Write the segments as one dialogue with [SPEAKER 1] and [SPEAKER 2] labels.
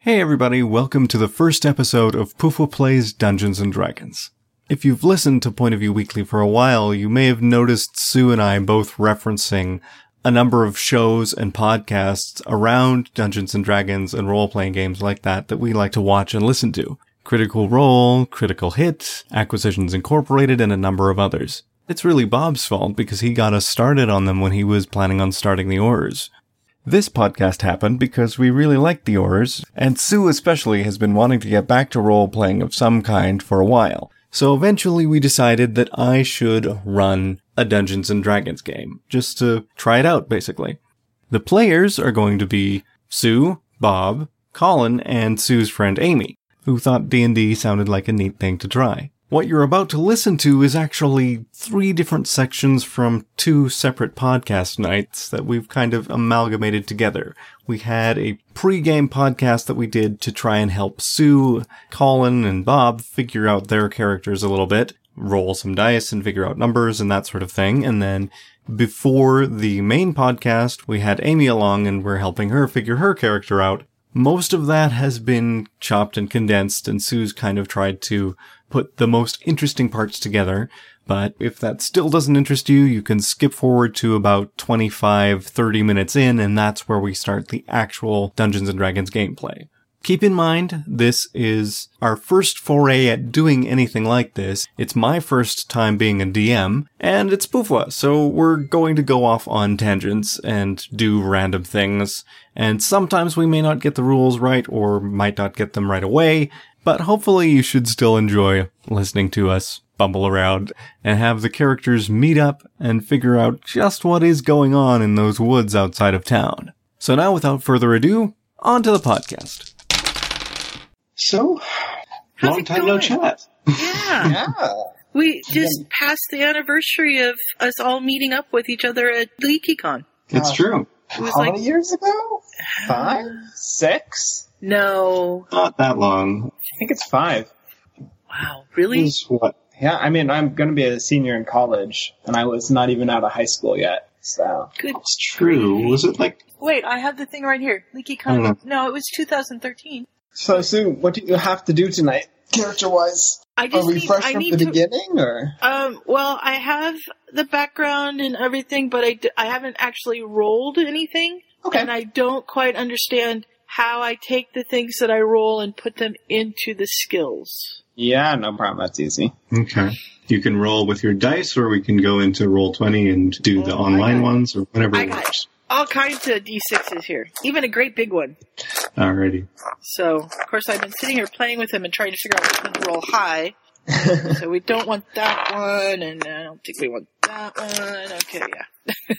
[SPEAKER 1] Hey everybody, welcome to the first episode of Poofo Plays Dungeons and Dragons. If you've listened to Point of View Weekly for a while, you may have noticed Sue and I both referencing a number of shows and podcasts around Dungeons and Dragons and role-playing games like that that we like to watch and listen to. Critical Role, Critical Hit, Acquisitions Incorporated, and a number of others. It's really Bob's fault because he got us started on them when he was planning on starting the Orders. This podcast happened because we really liked the Orders, and Sue especially has been wanting to get back to role playing of some kind for a while. So eventually we decided that I should run a Dungeons and Dragons game, just to try it out, basically. The players are going to be Sue, Bob, Colin, and Sue's friend Amy, who thought D&D sounded like a neat thing to try. What you're about to listen to is actually three different sections from two separate podcast nights that we've kind of amalgamated together. We had a pre-game podcast that we did to try and help Sue, Colin, and Bob figure out their characters a little bit, roll some dice and figure out numbers and that sort of thing. And then before the main podcast, we had Amy along and we're helping her figure her character out. Most of that has been chopped and condensed, and Sue's kind of tried to put the most interesting parts together. But if that still doesn't interest you, you can skip forward to about 25, 30 minutes in, and that's where we start the actual Dungeons and Dragons gameplay. Keep in mind, this is our first foray at doing anything like this. It's my first time being a DM, and it's Pufwa, so we're going to go off on tangents and do random things. And sometimes we may not get the rules right or might not get them right away, but hopefully you should still enjoy listening to us bumble around and have the characters meet up and figure out just what is going on in those woods outside of town. So now, without further ado, on to the podcast. So,
[SPEAKER 2] How's
[SPEAKER 1] long
[SPEAKER 2] it
[SPEAKER 1] time no
[SPEAKER 2] going?
[SPEAKER 1] chat.
[SPEAKER 2] Yeah. We just passed the anniversary of us all meeting up with each other at LeakyCon.
[SPEAKER 1] It's
[SPEAKER 3] Yeah.
[SPEAKER 1] true.
[SPEAKER 2] It was
[SPEAKER 3] How
[SPEAKER 2] like, Uh,
[SPEAKER 3] many years ago? Five? Six?
[SPEAKER 2] no.
[SPEAKER 1] Not that long.
[SPEAKER 3] I think it's five.
[SPEAKER 2] Wow,
[SPEAKER 1] It
[SPEAKER 2] really?
[SPEAKER 1] was what?
[SPEAKER 3] Yeah, I mean, I'm going to be a senior in college, and I was not even out of high school yet. So,
[SPEAKER 2] Good.
[SPEAKER 1] It's true. Was it like?
[SPEAKER 2] Wait, I have the thing right here.
[SPEAKER 1] I
[SPEAKER 2] LeakyCon.
[SPEAKER 1] don't
[SPEAKER 2] No, it was 2013.
[SPEAKER 3] so Sue, what do you have to do tonight, character-wise?
[SPEAKER 2] I
[SPEAKER 3] Are
[SPEAKER 2] just
[SPEAKER 3] we
[SPEAKER 2] need,
[SPEAKER 3] fresh
[SPEAKER 2] I
[SPEAKER 3] from
[SPEAKER 2] need
[SPEAKER 3] the
[SPEAKER 2] to.
[SPEAKER 3] beginning, or
[SPEAKER 2] Um, well, I have the background and everything, but I, d- I haven't actually rolled anything,
[SPEAKER 3] okay?
[SPEAKER 2] and I don't quite understand how I take the things that I roll and put them into the skills.
[SPEAKER 3] Yeah, no problem. That's easy.
[SPEAKER 1] Okay. You can roll with your dice, or we can go into roll twenty and do the
[SPEAKER 2] Oh, I got
[SPEAKER 1] online
[SPEAKER 2] it.
[SPEAKER 1] ones, or whatever
[SPEAKER 2] I
[SPEAKER 1] it
[SPEAKER 2] got it.
[SPEAKER 1] works.
[SPEAKER 2] All kinds of D6s here, even a great big one.
[SPEAKER 1] Alrighty.
[SPEAKER 2] So, of course, I've been sitting here playing with him and trying to figure out which one to roll high. so we don't want that one, and I don't think we want that one. Okay,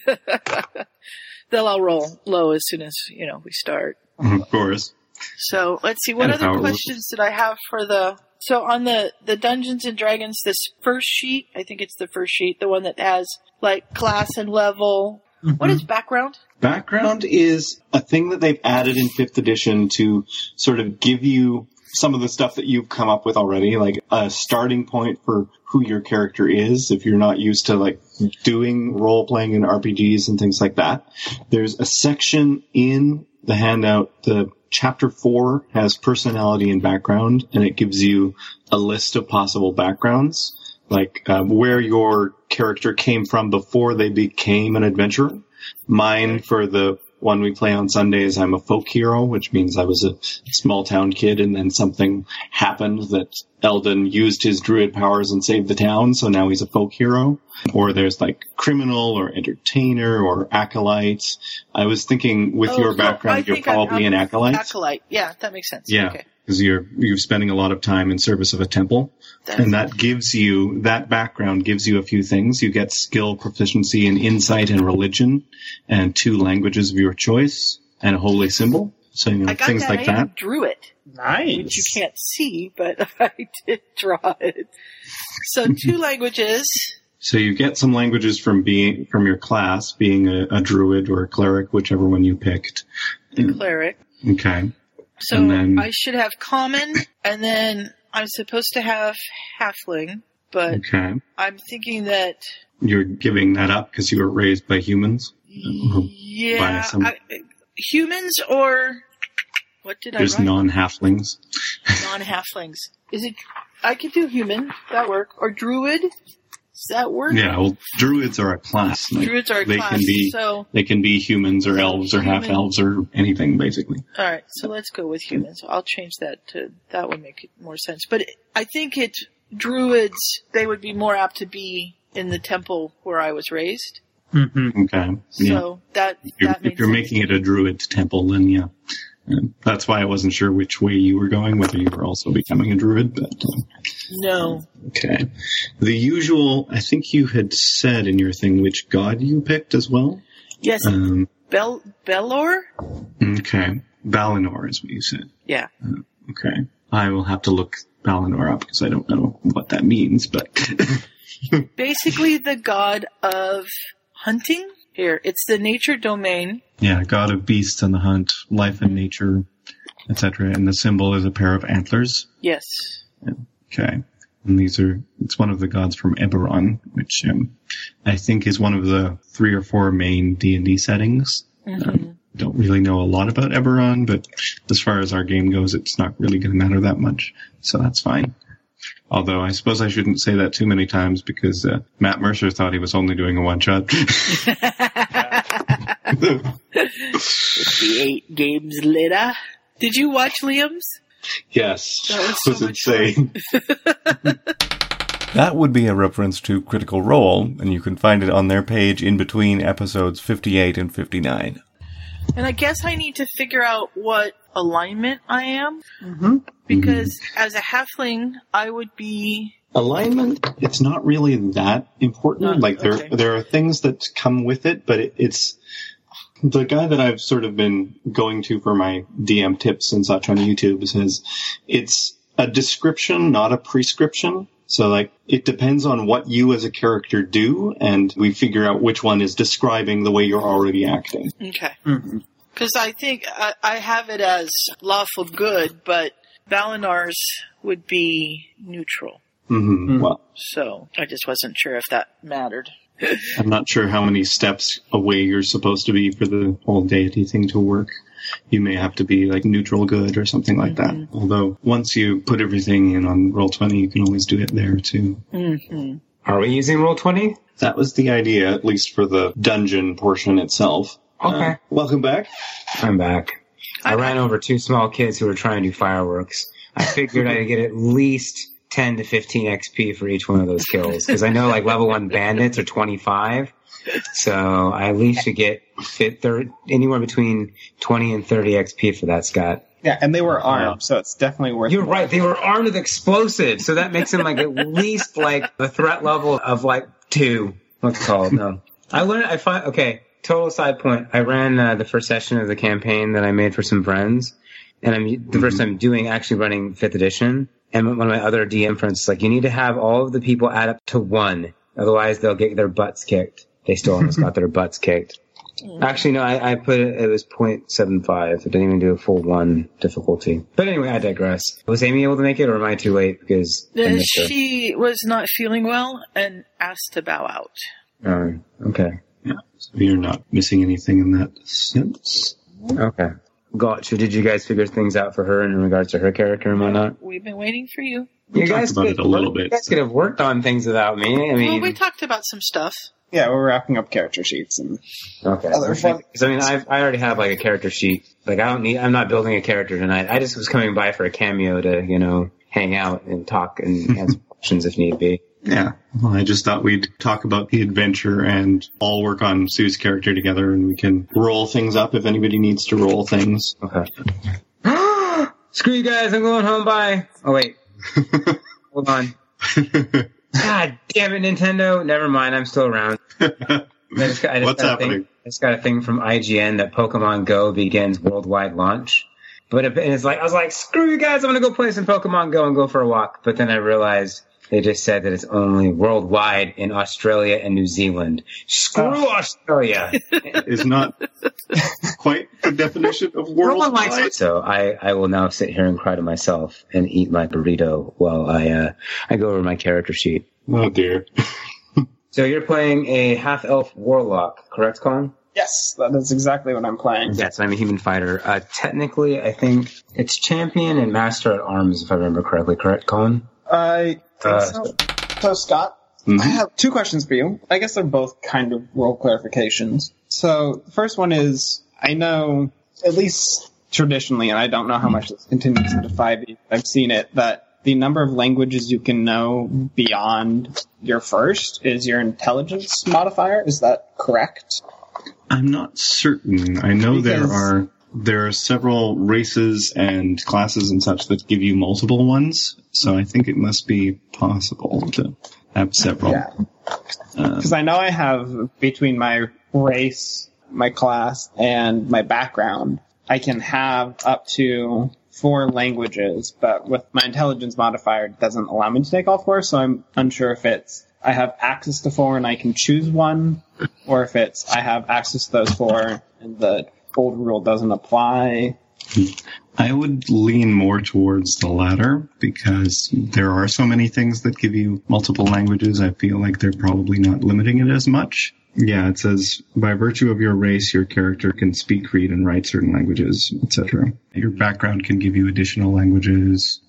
[SPEAKER 2] yeah. They'll all roll low as soon as, you know, we start.
[SPEAKER 1] Of course.
[SPEAKER 2] So let's see, what
[SPEAKER 1] And how it
[SPEAKER 2] other
[SPEAKER 1] was-
[SPEAKER 2] questions did I have for the, so on the, the Dungeons and Dragons, this first sheet, I think it's the first sheet, the one that has like class and level.
[SPEAKER 1] Mm-hmm.
[SPEAKER 2] What is background?
[SPEAKER 1] Background is a thing that they've added in fifth edition to sort of give you some of the stuff that you've come up with already, like a starting point for who your character is. If you're not used to like doing role playing in RPGs and things like that, there's a section in the handout. The chapter four has personality and background, and it gives you a list of possible backgrounds, like um, where your character came from before they became an adventurer. Mine for the one we play on Sundays, I'm a folk hero, which means I was a small town kid and then something happened that Eldon used his druid powers and saved the town, so now he's a folk hero. Or there's like criminal or entertainer or acolyte. I was thinking with
[SPEAKER 2] Oh,
[SPEAKER 1] your
[SPEAKER 2] so I
[SPEAKER 1] background, you're
[SPEAKER 2] think I'm-
[SPEAKER 1] probably
[SPEAKER 2] I'm
[SPEAKER 1] an acolyte.
[SPEAKER 2] Acolyte. Yeah, that makes sense.
[SPEAKER 1] Yeah.
[SPEAKER 2] Okay.
[SPEAKER 1] Because you're you're spending a lot of time in service of a temple,
[SPEAKER 2] That's
[SPEAKER 1] and that gives you that background gives you a few things. You get skill, proficiency, and insight and religion, and two languages of your choice, and a holy symbol. So you know
[SPEAKER 2] I got
[SPEAKER 1] things
[SPEAKER 2] that. eh?
[SPEAKER 1] like
[SPEAKER 2] I
[SPEAKER 1] that.
[SPEAKER 2] even drew it,
[SPEAKER 3] Nice.
[SPEAKER 2] which you can't see, but I did draw it. So two languages.
[SPEAKER 1] So you get some languages from being from your class, being a, a druid or a cleric, whichever one you picked.
[SPEAKER 2] The cleric.
[SPEAKER 1] Okay.
[SPEAKER 2] So
[SPEAKER 1] And then-
[SPEAKER 2] I should have common, and then I'm supposed to have halfling, but
[SPEAKER 1] Okay.
[SPEAKER 2] I'm thinking that
[SPEAKER 1] You're giving that up because you were raised by humans.
[SPEAKER 2] yeah,
[SPEAKER 1] some-
[SPEAKER 2] I- humans or What did
[SPEAKER 1] There's
[SPEAKER 2] I write?
[SPEAKER 1] non halflings.
[SPEAKER 2] Non halflings. Is it? I could do human. That work or druid. Does that work?
[SPEAKER 1] Yeah, well, druids are a class. like,
[SPEAKER 2] Druids are a
[SPEAKER 1] they
[SPEAKER 2] class.
[SPEAKER 1] Can be,
[SPEAKER 2] so
[SPEAKER 1] they can be humans or elves or
[SPEAKER 2] Human.
[SPEAKER 1] half elves or anything, basically.
[SPEAKER 2] all right. So let's go with human. So I'll change that to that would make it more sense. But it- I think it druids they would be more apt to be in the temple where I was raised.
[SPEAKER 4] Mm-hmm.
[SPEAKER 1] Okay. yeah.
[SPEAKER 2] So that
[SPEAKER 1] If you're,
[SPEAKER 2] that
[SPEAKER 1] if
[SPEAKER 2] makes
[SPEAKER 1] you're
[SPEAKER 2] sense.
[SPEAKER 1] making it a druid temple, then yeah. Uh, That's why I wasn't sure which way you were going, whether you were also becoming a druid, but uh,
[SPEAKER 2] no.
[SPEAKER 1] okay. The usual, I think you had said in your thing which god you picked as well.
[SPEAKER 2] Yes,
[SPEAKER 1] Um,
[SPEAKER 2] Bel Belor.
[SPEAKER 1] okay. Balinor is what you said.
[SPEAKER 2] Yeah.
[SPEAKER 1] Okay. I will have to look Balinor up because I don't know what that means, but
[SPEAKER 2] basically the god of hunting. Here, it's the nature domain.
[SPEAKER 1] yeah, god of beasts and the hunt, life and nature, etc. And the symbol is a pair of antlers.
[SPEAKER 2] Yes.
[SPEAKER 1] Okay. And these are, it's one of the gods from Eberron, which um, I think is one of the three or four main D&D settings.
[SPEAKER 2] Mm-hmm.
[SPEAKER 1] Um, don't really know a lot about Eberron, but as far as our game goes, it's not really going to matter that much. So that's fine. Although I suppose I shouldn't say that too many times because uh, Matt Mercer thought he was only doing a one shot.
[SPEAKER 2] The eight games later. Did you watch Liam's?
[SPEAKER 1] yes.
[SPEAKER 2] That was so much
[SPEAKER 1] insane.
[SPEAKER 5] That would be a reference to Critical Role, and you can find it on their page in between episodes 58 and 59.
[SPEAKER 2] And I guess I need to figure out what alignment I am
[SPEAKER 4] Mm-hmm.
[SPEAKER 2] because as a halfling, I would be
[SPEAKER 1] alignment it's not really that important
[SPEAKER 2] Not-
[SPEAKER 1] like there
[SPEAKER 2] okay.
[SPEAKER 1] there are things that come with it but it, it's the guy that I've sort of been going to for my DM tips and such on YouTube says it's a description, not a prescription. So like it depends on what you as a character do, and we figure out which one is describing the way you're already acting.
[SPEAKER 2] okay.
[SPEAKER 3] mm-hmm.
[SPEAKER 4] Mhm.
[SPEAKER 2] Because I think I, I have it as lawful good, but Valinar's would be neutral.
[SPEAKER 1] hmm
[SPEAKER 4] Mm.
[SPEAKER 1] Well,
[SPEAKER 2] So I just wasn't sure if that mattered.
[SPEAKER 1] I'm not sure how many steps away you're supposed to be for the whole deity thing to work. You may have to be like neutral good or something like that. Although once you put everything in on roll twenty, you can always do it there too.
[SPEAKER 2] Mm-hmm.
[SPEAKER 6] Are we using roll twenty?
[SPEAKER 1] That was the idea, at least for the dungeon portion itself.
[SPEAKER 6] Okay.
[SPEAKER 1] Uh, welcome back.
[SPEAKER 6] I'm back. I ran over two small kids who were trying to do fireworks. I figured I'd get at least 10 to 15 XP for each one of those kills because I know like level one bandits are 25. So I at least should get fit thir- anywhere between 20 and 30 XP for that, Scott.
[SPEAKER 4] Yeah, and they were armed,
[SPEAKER 1] Wow.
[SPEAKER 4] so it's definitely worth.
[SPEAKER 6] You're right. They were armed with explosives. So that makes them like at least like the threat level of like two. What's it called? No. I learned, I find, okay, total side point. I ran uh, the first session of the campaign that I made for some friends. And I'm the first
[SPEAKER 1] Mm-hmm.
[SPEAKER 6] time doing actually running fifth edition. And one of my other DM friends is like, you need to have all of the people add up to one. Otherwise they'll get their butts kicked. They still almost got their butts kicked.
[SPEAKER 2] Mm.
[SPEAKER 6] Actually, no, I, I put it, it was 0.75. I didn't even do a full one difficulty. But anyway, I digress. Was Amy able to make it or am I too late? Because I
[SPEAKER 2] Uh,
[SPEAKER 6] missed her.
[SPEAKER 2] She was not feeling well and asked to bow out.
[SPEAKER 6] Um, okay.
[SPEAKER 1] So you're not missing anything in that sense.
[SPEAKER 2] Mm-hmm.
[SPEAKER 6] Okay. Gotcha. Did you guys figure things out for her in regards to her character and whatnot?
[SPEAKER 2] We've been waiting for you.
[SPEAKER 6] You
[SPEAKER 1] talked
[SPEAKER 6] guys
[SPEAKER 1] about
[SPEAKER 6] could-
[SPEAKER 1] it a little
[SPEAKER 6] You
[SPEAKER 1] bit,
[SPEAKER 6] guys
[SPEAKER 1] so-
[SPEAKER 6] could have worked on things without me. I mean,
[SPEAKER 2] well, we talked about some stuff.
[SPEAKER 4] Yeah, we're wrapping up character sheets and
[SPEAKER 6] Okay.
[SPEAKER 4] Other fun-
[SPEAKER 6] Because I mean, I've, I already have like a character sheet. Like I don't need. I'm not building a character tonight. I just was coming by for a cameo to you know hang out and talk and answer questions if need be.
[SPEAKER 1] Yeah. Well, I just thought we'd talk about the adventure and all work on Sue's character together, and we can roll things up if anybody needs to roll things.
[SPEAKER 6] Okay. Screw you guys. I'm going home. Bye. Oh wait. Hold on. God damn it, Nintendo. Never mind. I'm still around. I just got- I just
[SPEAKER 1] What's
[SPEAKER 6] got a thing-
[SPEAKER 1] happening?
[SPEAKER 6] I just got a thing from IGN that Pokemon Go begins worldwide launch. But it, and it's like I was like, screw you guys, I'm gonna go play some Pokemon Go and go for a walk. But then I realized they just said that it's only worldwide in Australia and New Zealand. Screw Australia.
[SPEAKER 1] is not quite the definition of
[SPEAKER 6] no
[SPEAKER 1] world.
[SPEAKER 6] one likes it. So I, I will now sit here and cry to myself and eat my burrito while I uh, I go over my character sheet.
[SPEAKER 1] Oh dear.
[SPEAKER 6] So you're playing a half elf warlock, correct, Colin?
[SPEAKER 4] Yes, that is exactly what I'm
[SPEAKER 2] Mm-hmm.
[SPEAKER 4] playing.
[SPEAKER 6] Yes, I'm a human fighter. Uh, technically, I think it's champion and master at arms, if I remember correctly. Correct, Colin?
[SPEAKER 4] I think
[SPEAKER 6] Uh,
[SPEAKER 4] so. So, Scott, I
[SPEAKER 1] Mm-hmm.
[SPEAKER 4] have two questions for you. I guess they're both kind of role clarifications. So, the first one is I know, at least traditionally, and I don't know how much this continues into 5e, I've seen it, that the number of languages you can know beyond your first is your intelligence modifier. Is that correct?
[SPEAKER 1] I'm not certain. I know there
[SPEAKER 4] Because-
[SPEAKER 1] are there are several races and classes and such that give you multiple ones, so I think it must be possible to have several.
[SPEAKER 4] Yeah. Because I know I have between my race, my class, and my background, I can have up to four languages, but with my intelligence modifier, it doesn't allow me to take all four, so I'm unsure if it's I have access to four and I can choose one, or if it's I have access to those four and the old rule doesn't apply.
[SPEAKER 1] I would lean more towards the latter because there are so many things that give you multiple languages. I feel like they're probably not limiting it as much. Yeah, it says by virtue of your race, your character can speak, read, and write certain languages, etc. Your background can give you additional languages.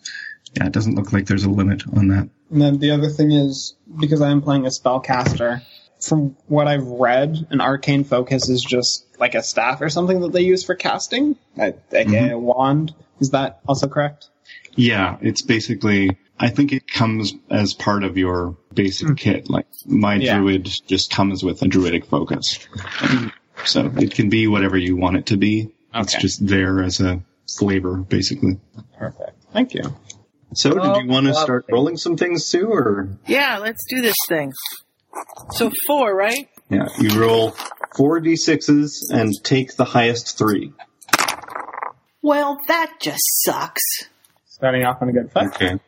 [SPEAKER 1] Yeah, it doesn't look like there's a limit on that.
[SPEAKER 4] And then the other thing is because I'm playing a spellcaster, from what I've read, an arcane focus is just like a staff or something that they use for casting, like like a wand. Is that also correct?
[SPEAKER 1] Yeah, it's basically. I think it comes as part of your basic kit. Like my
[SPEAKER 4] Hmm. Yeah.
[SPEAKER 1] druid just comes with a druidic focus, so it can be whatever you want it to be. It's
[SPEAKER 4] Okay.
[SPEAKER 1] just there as a flavor, basically.
[SPEAKER 4] Perfect. Thank you.
[SPEAKER 1] So, did you want to
[SPEAKER 6] lovely.
[SPEAKER 1] start rolling some things too, or
[SPEAKER 2] Yeah, let's do this thing. So four, right?
[SPEAKER 1] yeah, you roll four d sixes and take the highest three.
[SPEAKER 2] Well, that just sucks.
[SPEAKER 4] Starting off on a good foot.
[SPEAKER 1] Okay.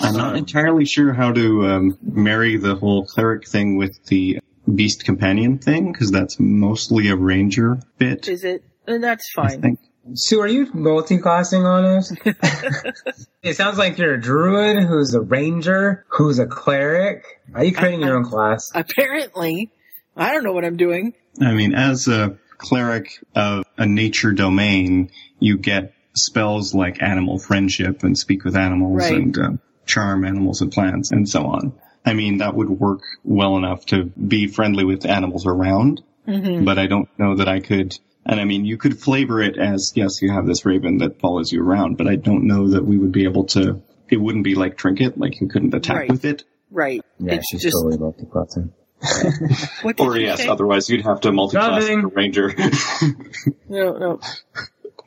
[SPEAKER 1] I'm not entirely sure how to um, marry the whole cleric thing with the beast companion thing because that's mostly a ranger bit.
[SPEAKER 2] Is it? Uh, That's
[SPEAKER 1] I
[SPEAKER 2] fine.
[SPEAKER 1] think.
[SPEAKER 6] Sue, are you multiclassing on us? it sounds like you're a druid who's a ranger who's a cleric. Are you creating your own class?
[SPEAKER 2] Apparently, I don't know what I'm doing.
[SPEAKER 1] I mean, as a cleric of a nature domain, you get spells like animal friendship and speak with animals
[SPEAKER 2] Right.
[SPEAKER 1] and uh, charm animals and plants and so on. I mean, that would work well enough to be friendly with animals around,
[SPEAKER 2] Mm-hmm.
[SPEAKER 1] but I don't know that I could. And I mean, you could flavor it as, yes, you have this raven that follows you around, but I don't know that we would be able to, it wouldn't be like Trinket, like you couldn't attack
[SPEAKER 2] Right.
[SPEAKER 1] with it.
[SPEAKER 2] Right. it's just,
[SPEAKER 6] multiclassing.
[SPEAKER 2] what did
[SPEAKER 1] Or
[SPEAKER 2] you
[SPEAKER 1] yes,
[SPEAKER 2] say?
[SPEAKER 1] otherwise you'd have to multi-class
[SPEAKER 6] Nothing.
[SPEAKER 1] the ranger.
[SPEAKER 2] No, no.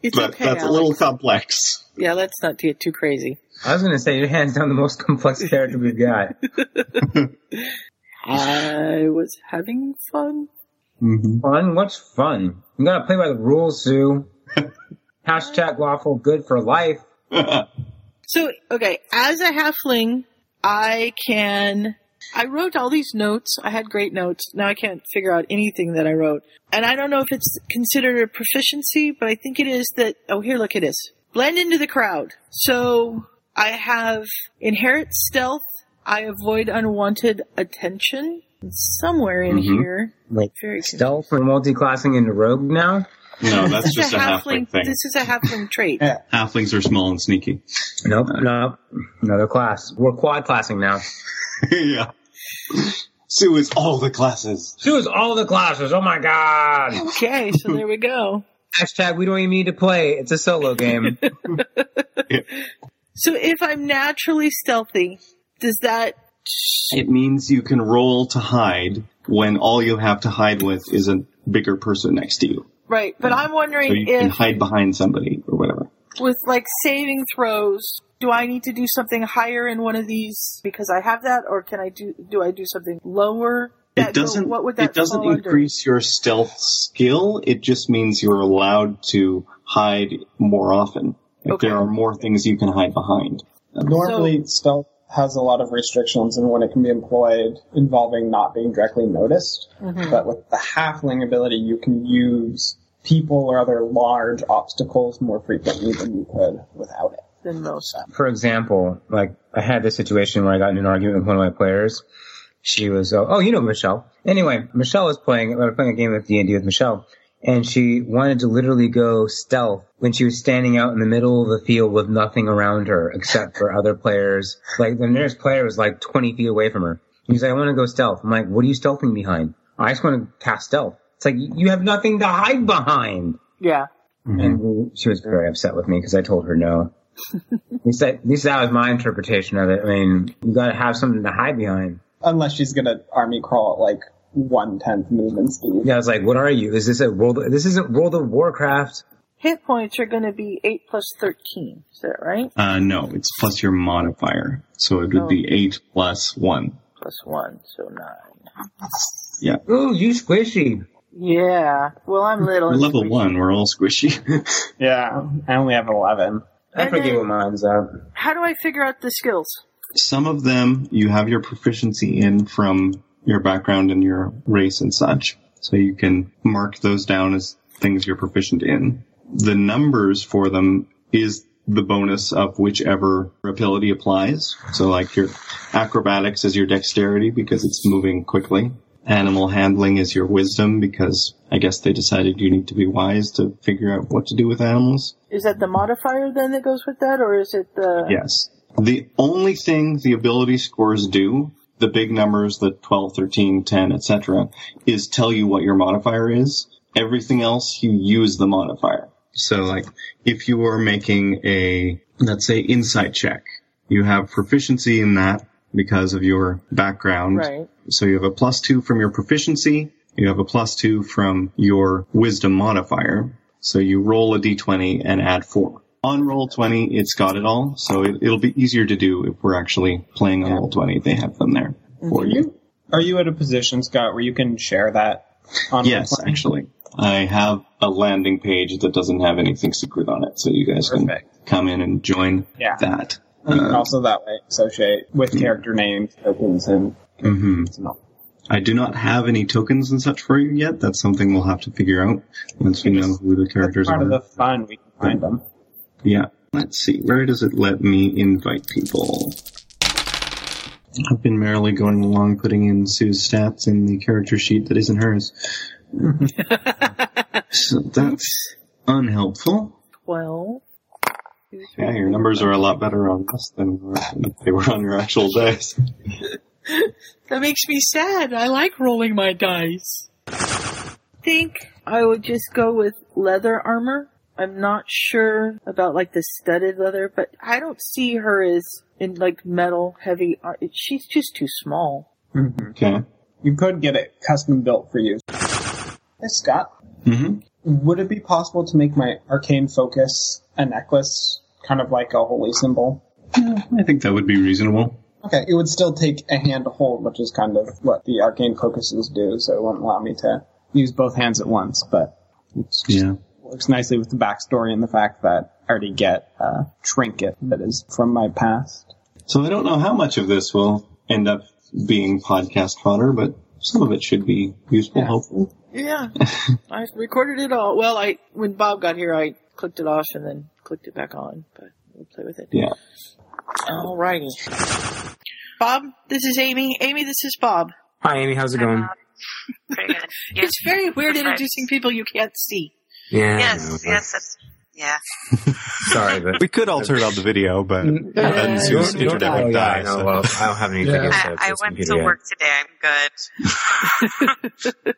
[SPEAKER 2] It's
[SPEAKER 1] but
[SPEAKER 2] okay.
[SPEAKER 1] that's a
[SPEAKER 2] Alex.
[SPEAKER 1] little complex.
[SPEAKER 2] Yeah, let's not get too crazy.
[SPEAKER 6] I was going to say, you're hands down the most complex character we've got.
[SPEAKER 2] I was having fun.
[SPEAKER 1] Mm-hmm.
[SPEAKER 6] Fun? What's fun? You gotta play by the rules, Sue. Hashtag lawful good for life.
[SPEAKER 2] So, okay, as a halfling, I can. I wrote all these notes. I had great notes. Now I can't figure out anything that I wrote. And I don't know if it's considered a proficiency, but I think it is that. Oh, here, look, it is. Blend into the crowd. So I have inherent stealth. I avoid unwanted attention. It's somewhere in
[SPEAKER 1] Mm-hmm.
[SPEAKER 2] here.
[SPEAKER 6] Like
[SPEAKER 2] Very good.
[SPEAKER 6] stealth and multi-classing into rogue now?
[SPEAKER 1] No, that's
[SPEAKER 2] This is
[SPEAKER 1] just a halfling
[SPEAKER 2] This
[SPEAKER 1] thing.
[SPEAKER 2] is a halfling trait.
[SPEAKER 4] Yeah.
[SPEAKER 1] Halflings are small and sneaky.
[SPEAKER 6] Nope, nope. Another class. We're quad classing now.
[SPEAKER 1] yeah. Sue is all the classes.
[SPEAKER 6] Sue is all the classes. Oh my god.
[SPEAKER 2] Okay, so there we go.
[SPEAKER 6] Hashtag we don't even need to play. It's a solo game.
[SPEAKER 2] So if I'm naturally stealthy, does that
[SPEAKER 1] It means you can roll to hide when all you have to hide with is a bigger person next to you.
[SPEAKER 2] right? But I'm
[SPEAKER 1] So
[SPEAKER 2] wondering
[SPEAKER 1] you can
[SPEAKER 2] if
[SPEAKER 1] hide behind somebody or whatever.
[SPEAKER 2] with like saving throws, do I need to do something higher in one of these because I have that, or can I do do I do something lower? That-
[SPEAKER 1] it doesn't.
[SPEAKER 2] What would that
[SPEAKER 1] it doesn't
[SPEAKER 2] fall under?
[SPEAKER 1] increase your stealth skill. It just means you're allowed to hide more often. Like
[SPEAKER 2] Okay.
[SPEAKER 1] There are more things you can hide behind.
[SPEAKER 4] Normally, stealth has a lot of restrictions in when it can be employed involving not being directly noticed. But with the halfling ability, you can use people or other large obstacles more frequently than you could without it.
[SPEAKER 2] Than most.
[SPEAKER 6] for example, like I had this situation where I got in an argument with one of my players she was uh, oh you know Michelle. Anyway, Michelle was playing we were playing a game of D and D with Michelle, and she wanted to literally go stealth when she was standing out in the middle of the field with nothing around her except for other players. Like the nearest player was like twenty feet away from her. He's like, I want to go stealth. I'm like, what are you stealthing behind? I just want to cast stealth. It's like you have nothing to hide behind.
[SPEAKER 2] Yeah.
[SPEAKER 6] And she was very upset with me because I told her no. at, least that, at least that was my interpretation of it. I mean, you got to have something to hide behind.
[SPEAKER 4] Unless she's gonna army crawl at like one tenth movement speed.
[SPEAKER 6] Yeah, I was like, what are you? Is this a world? This isn't World of Warcraft.
[SPEAKER 2] Hit points are going to be 8 plus 13. Is that right?
[SPEAKER 1] Uh, no, it's plus your modifier. So it
[SPEAKER 2] Oh.
[SPEAKER 1] would be 8 plus 1.
[SPEAKER 2] Plus 1, so 9.
[SPEAKER 1] Yeah.
[SPEAKER 6] Ooh, you squishy.
[SPEAKER 2] Yeah. Well, I'm little.
[SPEAKER 1] We're
[SPEAKER 2] and
[SPEAKER 1] level
[SPEAKER 2] squeaky.
[SPEAKER 1] 1, we're all squishy.
[SPEAKER 4] Yeah, I only have eleven.
[SPEAKER 6] I
[SPEAKER 2] And
[SPEAKER 6] forget
[SPEAKER 2] then-
[SPEAKER 6] what mine's up.
[SPEAKER 2] How do I figure out the skills?
[SPEAKER 1] Some of them you have your proficiency in from your background and your race and such. So you can mark those down as things you're proficient in. The numbers for them is the bonus of whichever ability applies. So like your acrobatics is your dexterity because it's moving quickly. Animal handling is your wisdom because I guess they decided you need to be wise to figure out what to do with animals.
[SPEAKER 2] Is that the modifier then that goes with that, or is it the?
[SPEAKER 1] Yes. The only thing the ability scores do, the big numbers, the 12, 13, 10, etc., is tell you what your modifier is. Everything else, you use the modifier. So, like, if you are making a, let's say, insight check, you have proficiency in that because of your background.
[SPEAKER 2] Right.
[SPEAKER 1] So you have a plus two from your proficiency. You have a plus two from your wisdom modifier. So you roll a d20 and add four. On roll 20, it's got it all. So it, it'll be easier to do if we're actually playing on roll 20. They have them there for you.
[SPEAKER 4] Are you at a position, Scott, where you can share that? On
[SPEAKER 1] Yes,
[SPEAKER 4] the-
[SPEAKER 1] actually. I have a landing page that doesn't have anything secret on it. So you guys can
[SPEAKER 4] Perfect.
[SPEAKER 1] come in and join
[SPEAKER 4] Yeah.
[SPEAKER 1] that.
[SPEAKER 4] And you can also that way associate with character names, tokens, and
[SPEAKER 1] hmm
[SPEAKER 4] stuff.
[SPEAKER 1] I do not have any tokens and such for you yet. That's something we'll have to figure out once we know who the characters
[SPEAKER 4] That's part
[SPEAKER 1] are.
[SPEAKER 4] of the fun. We can find them.
[SPEAKER 1] Yeah. Let's see. Where does it let me invite people? I've been merrily going along putting in Sue's stats in the character sheet that isn't hers. so that's unhelpful.
[SPEAKER 2] Well. two, three,
[SPEAKER 1] Yeah, your numbers are a lot better on this than if they were on your actual dice.
[SPEAKER 2] That makes me sad. I like rolling my dice. Think I would just go with leather armor. I'm not sure about like the studded leather, but I don't see her as in like metal heavy. ar- She's just too small.
[SPEAKER 1] Okay.
[SPEAKER 4] You could get it custom built for you. Hey, Scott,
[SPEAKER 1] hmm
[SPEAKER 4] would it be possible to make my arcane focus a necklace, kind of like a holy symbol?
[SPEAKER 1] I think that would be reasonable.
[SPEAKER 4] Okay, it would still take a hand to hold, which is kind of what the arcane focuses do, so it wouldn't allow me to use both hands at once, but it's just-
[SPEAKER 1] Yeah.
[SPEAKER 4] works nicely with the backstory and the fact that I already get a trinket that is from my past.
[SPEAKER 1] So I don't know how much of this will end up being podcast fodder, but some of it should be useful,
[SPEAKER 4] Yeah.
[SPEAKER 1] hopefully.
[SPEAKER 2] Yeah. I recorded it all. Well, I, when Bob got here, I clicked it off and then clicked it back on, but we'll play with it.
[SPEAKER 1] Yeah.
[SPEAKER 2] Alrighty. Bob, this is Amy. Amy, this is Bob.
[SPEAKER 6] Hi, Amy. How's it going?
[SPEAKER 7] Pretty good. Yes.
[SPEAKER 2] It's very weird
[SPEAKER 7] That's right.
[SPEAKER 2] introducing people you can't see.
[SPEAKER 6] Yeah. I know.
[SPEAKER 7] Yes, yes, that's, yeah.
[SPEAKER 6] Sorry, but
[SPEAKER 8] We could alter it on the video, but
[SPEAKER 2] Uh,
[SPEAKER 8] then Sue's
[SPEAKER 2] no, no,
[SPEAKER 8] internet would
[SPEAKER 6] yeah,
[SPEAKER 8] die.
[SPEAKER 6] I know.
[SPEAKER 8] so-
[SPEAKER 6] Well, I don't have anything.
[SPEAKER 9] Yeah.
[SPEAKER 6] inside
[SPEAKER 7] I,
[SPEAKER 6] this
[SPEAKER 7] I went
[SPEAKER 6] computer
[SPEAKER 7] to
[SPEAKER 6] yet.
[SPEAKER 7] work today. I'm good.
[SPEAKER 6] The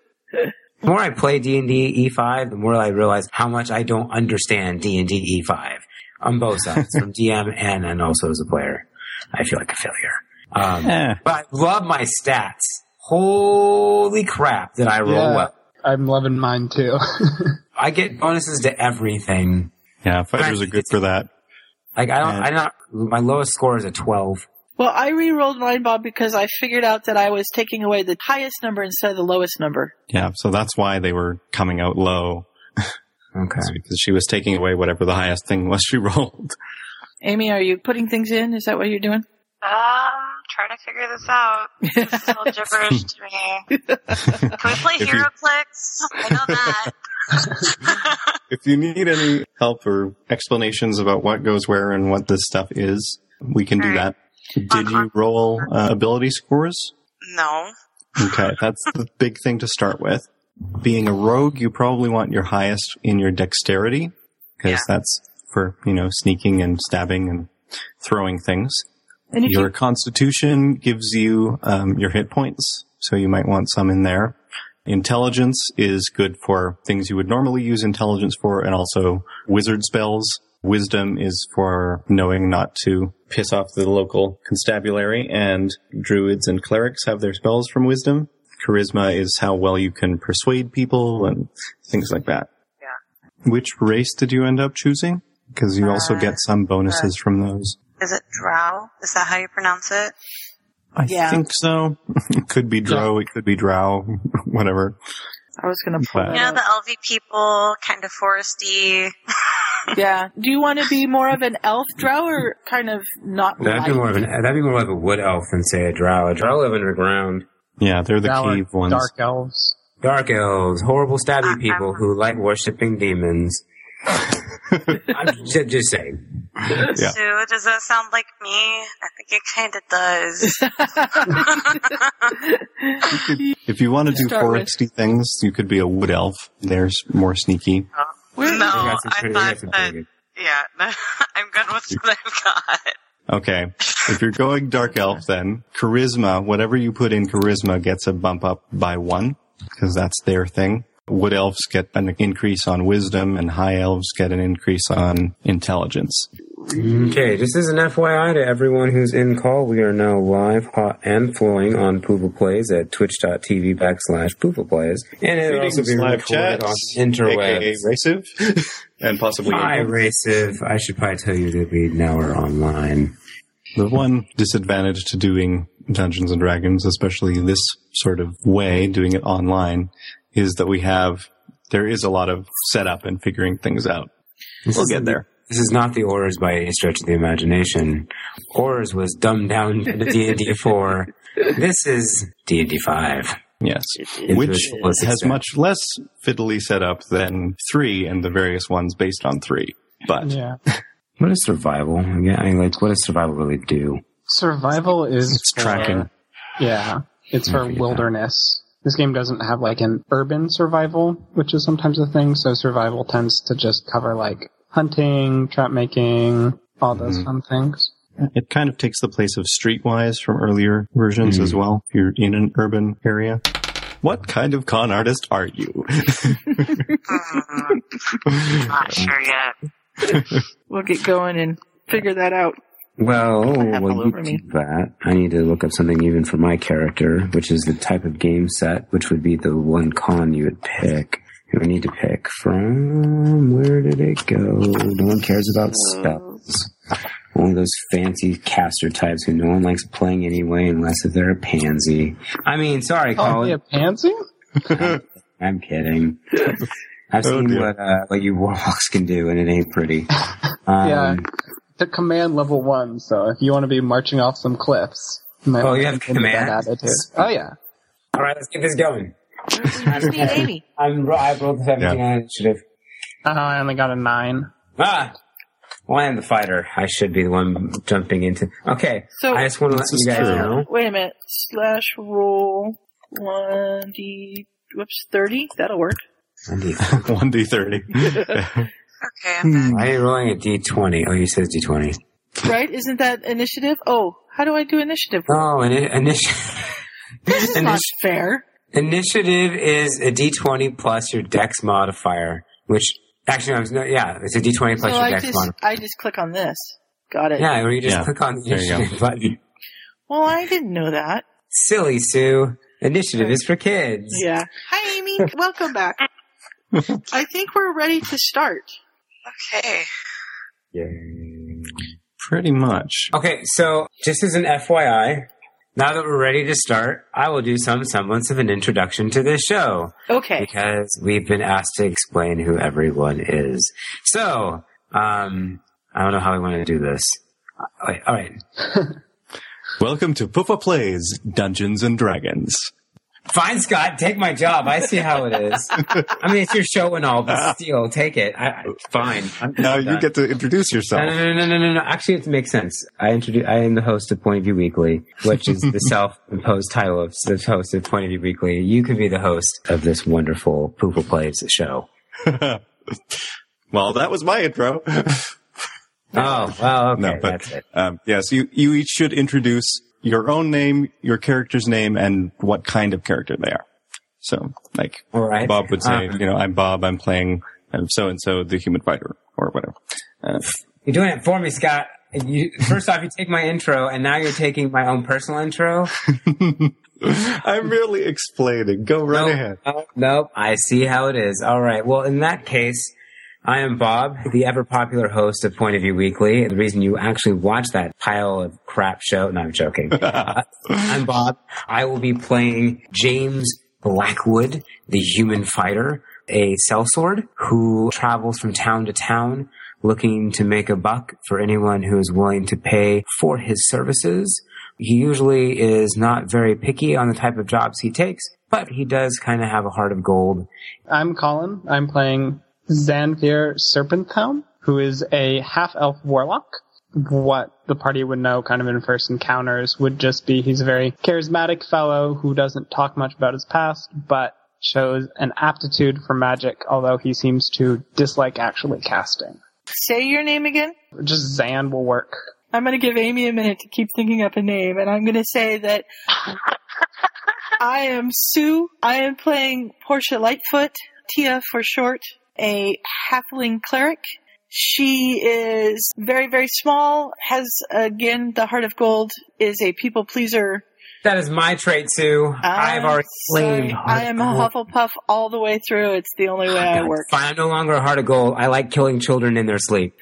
[SPEAKER 6] more I play D and D E5, the more I realize how much I don't understand D and D E5 on both sides, from DM and and also as a player. I feel like a failure. Um,
[SPEAKER 9] Yeah.
[SPEAKER 6] but I love my stats. Holy crap! Did I roll
[SPEAKER 9] Yeah.
[SPEAKER 6] well?
[SPEAKER 9] I'm loving mine too.
[SPEAKER 6] I get bonuses to everything.
[SPEAKER 8] yeah, fighters are good for that.
[SPEAKER 6] Like I don't.
[SPEAKER 8] Yeah.
[SPEAKER 6] I not. My lowest score is a twelve.
[SPEAKER 2] Well, I re-rolled mine, Bob, because I figured out that I was taking away the highest number instead of the lowest number.
[SPEAKER 8] Yeah, so that's why they were coming out low,
[SPEAKER 6] Okay.
[SPEAKER 8] is because she was taking away whatever the highest thing was she rolled.
[SPEAKER 2] Amy, are you putting things in? Is that what you're doing?
[SPEAKER 7] Um, trying to figure this out. This is all gibberish to me. Can we play
[SPEAKER 8] If you-
[SPEAKER 7] HeroClix? I know that.
[SPEAKER 8] If you need any help or explanations about what goes where and what this stuff is, we can do that. Did you roll uh, ability scores?
[SPEAKER 7] No.
[SPEAKER 1] Okay, that's the big thing to start with. Being a rogue, you probably want your highest in your dexterity, because
[SPEAKER 7] Yeah.
[SPEAKER 1] that's for, you know, sneaking and stabbing and throwing things.
[SPEAKER 2] And if
[SPEAKER 1] Your
[SPEAKER 2] you,
[SPEAKER 1] constitution gives you um, your hit points, so you might want some in there. Intelligence is good for things you would normally use intelligence for, and also wizard spells. Wisdom is for knowing not to piss off the local constabulary, and druids and clerics have their spells from wisdom. Charisma is how well you can persuade people and things like that. Yeah. Which race did you end up choosing? Because you also
[SPEAKER 7] Uh,
[SPEAKER 1] get some bonuses from those.
[SPEAKER 7] Is it drow? Is that how you pronounce it?
[SPEAKER 1] I
[SPEAKER 2] Yeah.
[SPEAKER 1] think so. It could be Dro, it could be Drow, whatever.
[SPEAKER 2] I was going to pull
[SPEAKER 1] But-
[SPEAKER 2] that
[SPEAKER 7] You know,
[SPEAKER 2] up.
[SPEAKER 7] the LV people, kind of foresty.
[SPEAKER 2] Yeah. Do you want to be more of an elf drow or kind of not?
[SPEAKER 6] That'd be
[SPEAKER 2] light?
[SPEAKER 6] more of an that'd be more like a wood elf than say a drow. A drow live underground.
[SPEAKER 1] Yeah, they're the
[SPEAKER 4] Now,
[SPEAKER 1] cave ones.
[SPEAKER 4] Dark elves.
[SPEAKER 6] Dark elves, horrible
[SPEAKER 7] Uh,
[SPEAKER 6] stabby people who like worshiping demons. I'm just, just saying.
[SPEAKER 1] Yeah.
[SPEAKER 7] Sue, does that sound like me? I think it kind of does.
[SPEAKER 1] If you want to do
[SPEAKER 2] Start with-
[SPEAKER 1] foresty things, you could be a wood elf. They're s- more sneaky.
[SPEAKER 2] Where-
[SPEAKER 7] No,
[SPEAKER 6] We got some
[SPEAKER 7] Oh, I
[SPEAKER 6] pretty- we got
[SPEAKER 7] thought
[SPEAKER 6] some
[SPEAKER 7] that.
[SPEAKER 6] pretty good-
[SPEAKER 7] Yeah, I'm good with what I've got.
[SPEAKER 1] Okay. If you're going dark elf, then charisma, whatever you put in charisma gets a bump up by one, because that's their thing. Wood elves get an increase on wisdom and high elves get an increase on intelligence.
[SPEAKER 6] Okay, this is an FYI to everyone who's in call. We are now live, hot, and flowing on Poopa Plays at twitch.tv backslash Poopa Plays. And it'll also be recorded on interwebs.
[SPEAKER 1] racive, and possibly
[SPEAKER 6] Hi, Racive. I should probably tell you that we now are online.
[SPEAKER 1] The one disadvantage to doing Dungeons and Dragons, especially this sort of way, doing it online, is that we have, there is a lot of setup and figuring things out. We'll get there.
[SPEAKER 6] This is not the Orders by any stretch of the imagination. Orders was dumbed down to D&D 4. This is D&D 5.
[SPEAKER 1] Yes.
[SPEAKER 6] is.
[SPEAKER 1] Which
[SPEAKER 6] It is.
[SPEAKER 1] has much less fiddly setup than three and the various ones based on three. But
[SPEAKER 4] Yeah.
[SPEAKER 6] What is survival? Yeah, I mean, like, what does survival really do?
[SPEAKER 4] Survival is
[SPEAKER 1] it's
[SPEAKER 4] for-
[SPEAKER 1] tracking.
[SPEAKER 4] Yeah. It's for
[SPEAKER 6] Yeah.
[SPEAKER 4] wilderness. This game doesn't have like an urban survival, which is sometimes a thing, so survival tends to just cover like hunting, trap making, all those
[SPEAKER 6] Mm-hmm.
[SPEAKER 4] fun things.
[SPEAKER 1] It kind of takes the place of Streetwise from earlier
[SPEAKER 6] Mm-hmm.
[SPEAKER 1] versions as well. If you're in an urban area. What kind of con artist are you?
[SPEAKER 7] Mm, not sure yet.
[SPEAKER 2] We'll get going and figure that out.
[SPEAKER 6] Well,
[SPEAKER 2] have
[SPEAKER 6] well,
[SPEAKER 2] all
[SPEAKER 6] you
[SPEAKER 2] over me.
[SPEAKER 6] do that. I need to look up something even for my character, which is the type of game set, which would be the one con you would pick. You would need to pick from. Where did it go? No one cares about spells. One of those fancy caster types who no one likes playing anyway, unless if they're a pansy. I mean, sorry,
[SPEAKER 4] Call me a
[SPEAKER 6] Colin.
[SPEAKER 4] pansy?
[SPEAKER 6] I'm kidding. I've
[SPEAKER 1] Oh,
[SPEAKER 6] seen
[SPEAKER 1] dear.
[SPEAKER 6] what uh, what you warlocks can do, and it ain't pretty. Um,
[SPEAKER 4] yeah. The command level one, so if you want to be marching off some cliffs, you might
[SPEAKER 6] Oh,
[SPEAKER 4] want
[SPEAKER 6] you
[SPEAKER 4] to
[SPEAKER 6] have
[SPEAKER 4] continue that
[SPEAKER 6] commands?
[SPEAKER 4] attitude. Oh yeah.
[SPEAKER 6] All right, let's get this going.
[SPEAKER 2] Just need Amy.
[SPEAKER 6] I'm ro- I rolled a 17 on initiative.
[SPEAKER 4] Uh, I only got a nine.
[SPEAKER 6] Ah! Well, I am the fighter. I should be the one jumping into. Okay.
[SPEAKER 2] So-
[SPEAKER 6] I just want to let
[SPEAKER 1] This
[SPEAKER 6] you
[SPEAKER 1] is
[SPEAKER 6] guys
[SPEAKER 1] true.
[SPEAKER 6] know.
[SPEAKER 2] Wait a minute. Slash roll one d. Whoops, thirty. That'll work.
[SPEAKER 1] 1d30.
[SPEAKER 7] Okay, I'm back.
[SPEAKER 6] I ain't rolling a d20. Oh, you said d20.
[SPEAKER 2] Right? Isn't that initiative? Oh, how do I do initiative?
[SPEAKER 6] Oh, and it, initi-
[SPEAKER 2] This is not fair.
[SPEAKER 6] initiative is a d20 plus your dex modifier, which actually, I was no, yeah, it's a d20
[SPEAKER 2] So
[SPEAKER 6] plus your
[SPEAKER 2] I
[SPEAKER 6] dex
[SPEAKER 2] just
[SPEAKER 6] modifier.
[SPEAKER 2] I just click on this. Got it.
[SPEAKER 6] Yeah, or you just
[SPEAKER 1] Yeah.
[SPEAKER 6] click on the
[SPEAKER 1] There you go.
[SPEAKER 6] initiative button.
[SPEAKER 2] Well, I didn't know that.
[SPEAKER 6] Silly Sue. Initiative is for kids.
[SPEAKER 2] Yeah. Hi, Amy. Welcome back. I think we're ready to start.
[SPEAKER 7] Okay.
[SPEAKER 6] Yay.
[SPEAKER 1] Pretty much.
[SPEAKER 6] Okay, so just as an FYI, now that we're ready to start, I will do some semblance of an introduction to this show
[SPEAKER 2] Okay.
[SPEAKER 6] because we've been asked to explain who everyone is. So, um, I don't know how we want to do this. Uh, Wait, all right.
[SPEAKER 1] Welcome to Puffa Plays Dungeons and Dragons.
[SPEAKER 6] Fine, Scott, take my job. I see how it is. I mean, it's your show and all, but still, take it. I, I, Uh, fine. I'm,
[SPEAKER 10] Now
[SPEAKER 6] I'm
[SPEAKER 10] you
[SPEAKER 6] done.
[SPEAKER 10] get to introduce
[SPEAKER 6] No,
[SPEAKER 10] yourself.
[SPEAKER 6] no, no, no, no, no. Actually, it makes sense. I introduce. I am the host of Point of View Weekly, which is the self-imposed title of the host of Point of View Weekly. You could be the host of this wonderful Poopa Plays show.
[SPEAKER 10] Well, that was my intro.
[SPEAKER 6] Oh, well, okay,
[SPEAKER 10] no, but
[SPEAKER 6] that's it.
[SPEAKER 10] Um, yes, you you each should introduce your own name, your character's name, and what kind of character they are. So, like
[SPEAKER 6] All right.
[SPEAKER 10] Bob would say,
[SPEAKER 6] Uh,
[SPEAKER 10] you know, I'm Bob. I'm playing I'm so and so, the human fighter, or whatever. Uh,
[SPEAKER 6] You're doing it for me, Scott. You, first off, you take my intro, and now you're taking my own personal intro.
[SPEAKER 10] I'm really explaining. Go right ahead.
[SPEAKER 6] Nope, Uh, nope, I see how it is. All right. Well, in that case, I am Bob, the ever popular host of Point of View Weekly. The reason you actually watch that pile of crap show. No, I'm joking. Uh, I'm Bob. I will be playing James Blackwood, the human fighter, a sellsword who travels from town to town looking to make a buck for anyone who is willing to pay for his services. He usually is not very picky on the type of jobs he takes, but he does kind of have a heart of gold.
[SPEAKER 4] I'm Colin. I'm playing Zanvir Serpenthelm, who is a half elf warlock. What the party would know kind of in first encounters would just be he's a very charismatic fellow who doesn't talk much about his past, but shows an aptitude for magic, although he seems to dislike actually casting.
[SPEAKER 2] Say your name again.
[SPEAKER 4] Just Zan will work.
[SPEAKER 2] I'm going to give Amy a minute to keep thinking up a name, and I'm going to say that I am Sue. I am playing Portia Lightfoot, Tia for short, a halfling cleric. She is very, very small, has, again, the heart of gold, is a people pleaser.
[SPEAKER 6] That is my trait, Sue. I've
[SPEAKER 2] I'm
[SPEAKER 6] already
[SPEAKER 2] sorry,
[SPEAKER 6] claimed. heart
[SPEAKER 2] I
[SPEAKER 6] of
[SPEAKER 2] am a
[SPEAKER 6] gold.
[SPEAKER 2] Hufflepuff all the way through. It's the only way I
[SPEAKER 6] God,
[SPEAKER 2] work.
[SPEAKER 6] Fine, I'm no longer a heart of gold. I like killing children in their sleep.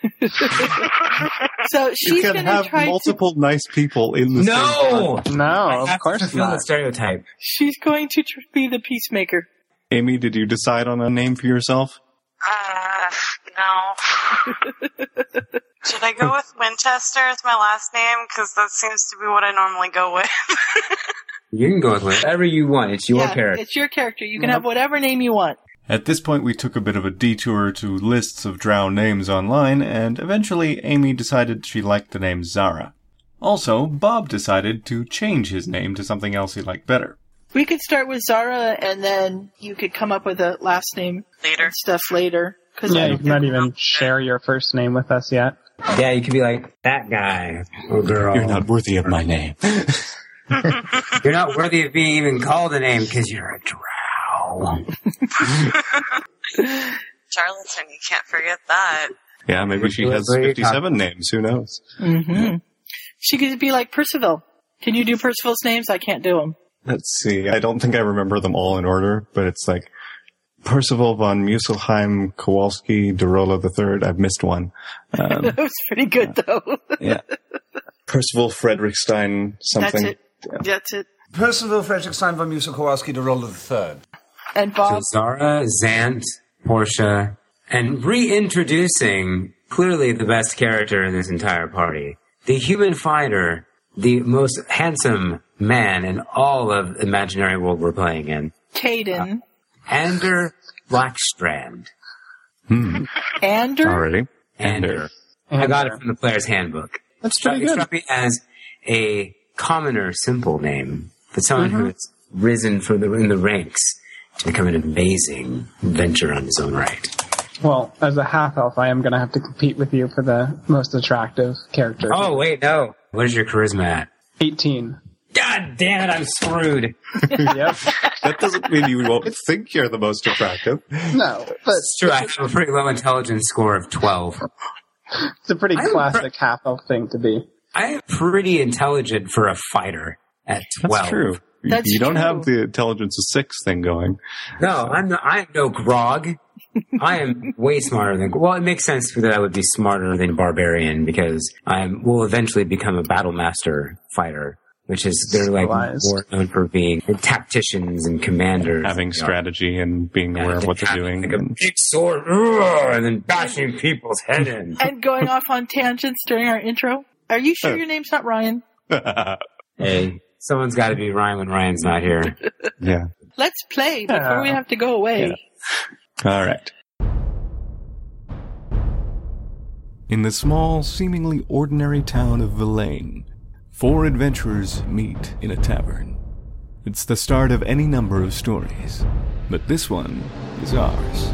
[SPEAKER 2] So
[SPEAKER 10] You
[SPEAKER 2] she's
[SPEAKER 10] can
[SPEAKER 2] going to
[SPEAKER 10] have
[SPEAKER 2] try to
[SPEAKER 10] multiple nice people in the same
[SPEAKER 6] No, I
[SPEAKER 4] No,
[SPEAKER 6] have
[SPEAKER 4] of
[SPEAKER 6] to
[SPEAKER 4] course
[SPEAKER 6] fulfill
[SPEAKER 4] not.
[SPEAKER 6] the stereotype.
[SPEAKER 2] She's going to tr- be the peacemaker.
[SPEAKER 10] Amy, did you decide on a name for yourself?
[SPEAKER 7] Uh, no. Should I go with Winchester as my last name? Because that seems to be what I normally go with.
[SPEAKER 6] You can go with whatever you want. It's your
[SPEAKER 2] yeah,
[SPEAKER 6] character.
[SPEAKER 2] It's your character. You can have whatever name you want.
[SPEAKER 1] At this point, we took a bit of a detour to lists of drowned names online, and eventually Amy decided she liked the name Zara. Also, Bob decided to change his name to something else he liked better.
[SPEAKER 2] We could start with Zara, and then you could come up with a last name
[SPEAKER 7] Later.
[SPEAKER 2] and stuff later. Cause
[SPEAKER 4] Yeah,
[SPEAKER 2] I-
[SPEAKER 4] you not even share your first name with us yet.
[SPEAKER 6] Yeah, you could be like that guy or girl.
[SPEAKER 10] You're not worthy of my name.
[SPEAKER 6] You're not worthy of being even called a name because you're a drow.
[SPEAKER 7] Charlatan, you can't forget that.
[SPEAKER 10] Yeah, maybe she has
[SPEAKER 6] Where are you talking-
[SPEAKER 10] 57 names. Who knows?
[SPEAKER 2] she could be like Percival. Can you do Percival's names? I can't do them.
[SPEAKER 10] Let's see. I don't think I remember them all in order, but it's like Percival von Muselheim, Kowalski, Dorola III. I've missed one. Um,
[SPEAKER 2] That was pretty good, though.
[SPEAKER 10] yeah. Percival Frederickstein
[SPEAKER 2] That's
[SPEAKER 10] something.
[SPEAKER 2] it. That's it.
[SPEAKER 11] Percival Frederick Stein von Musa Kowalski de Rolla III.
[SPEAKER 2] And Bob,
[SPEAKER 6] So Zara, Zant, Portia, and reintroducing clearly the best character in this entire party. The human fighter, the most handsome man in all of imaginary world we're playing in.
[SPEAKER 2] Caden,
[SPEAKER 6] Ander Blackstrand.
[SPEAKER 2] Ander.
[SPEAKER 10] Already.
[SPEAKER 6] Ander. I got it from the player's handbook.
[SPEAKER 10] That's
[SPEAKER 6] Struck-
[SPEAKER 10] pretty
[SPEAKER 6] It
[SPEAKER 10] good.
[SPEAKER 6] struck me as a commoner, simple name, but someone
[SPEAKER 10] Mm-hmm.
[SPEAKER 6] who has risen from the, in the ranks to become an amazing venture on his own right.
[SPEAKER 4] Well, as a half elf, I am going to have to compete with you for the most attractive character.
[SPEAKER 6] Oh, wait, no. What is your charisma at?
[SPEAKER 4] 18.
[SPEAKER 6] God damn it, I'm screwed.
[SPEAKER 4] yep.
[SPEAKER 10] That doesn't mean you won't think you're the most attractive.
[SPEAKER 4] No, but
[SPEAKER 6] It's true, I have a pretty low intelligence score of 12.
[SPEAKER 4] it's a pretty
[SPEAKER 6] I'm
[SPEAKER 4] classic half elf thing to be.
[SPEAKER 6] I am pretty intelligent for a fighter at 12.
[SPEAKER 10] That's true. You-
[SPEAKER 2] That's
[SPEAKER 10] you don't
[SPEAKER 2] true.
[SPEAKER 10] have the intelligence of six thing going.
[SPEAKER 6] No, I'm not, I am no grog. I am way smarter than. Well, it makes sense that I would be smarter than barbarian because I will eventually become a battle master fighter, which is they're like
[SPEAKER 4] Civilized.
[SPEAKER 6] more known for being tacticians and commanders,
[SPEAKER 10] Having
[SPEAKER 6] Yeah.
[SPEAKER 10] strategy and being
[SPEAKER 6] Yeah,
[SPEAKER 10] aware of what they're
[SPEAKER 6] having,
[SPEAKER 10] doing.
[SPEAKER 6] like a
[SPEAKER 10] and-
[SPEAKER 6] big sword, "Urgh," and then bashing people's head in.
[SPEAKER 2] And going off on tangents during our intro. Are you sure your name's not Ryan?
[SPEAKER 6] hey, Someone's got to be Ryan when Ryan's not here.
[SPEAKER 1] Yeah.
[SPEAKER 2] Let's play before we have to go away.
[SPEAKER 1] All right.
[SPEAKER 10] In the small, seemingly ordinary town of Villaine, four adventurers meet in a tavern. It's the start of any number of stories, but this one is ours.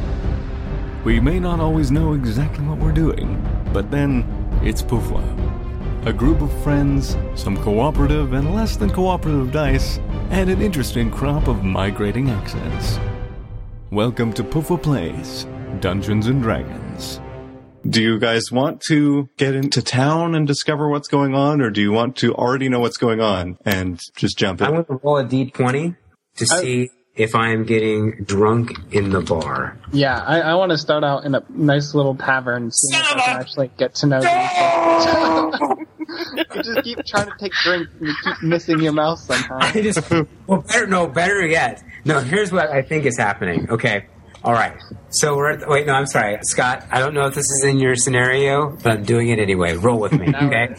[SPEAKER 10] We may not always know exactly what we're doing, but then it's Pufwa. A group of friends, some cooperative and less than cooperative dice, and an interesting crop of migrating accents. Welcome to Pufwa Plays Dungeons and Dragons.
[SPEAKER 1] Do you guys want to get into town and discover what's going on, or do you want to already know what's going on and just jump
[SPEAKER 6] I'm
[SPEAKER 1] in?
[SPEAKER 6] going to roll a d20 to see if I am getting drunk in the bar.
[SPEAKER 4] Yeah, I, I want to start out in a nice little tavern, see if I can actually get to know these people. you just keep trying to take drinks and you keep missing your mouth somehow.
[SPEAKER 6] I just well better no better yet. No, here's what I think is happening. Okay. All right. So we're at, wait, no, I'm sorry. Scott, I don't know if this is in your scenario, but I'm doing it anyway. Roll with me, okay?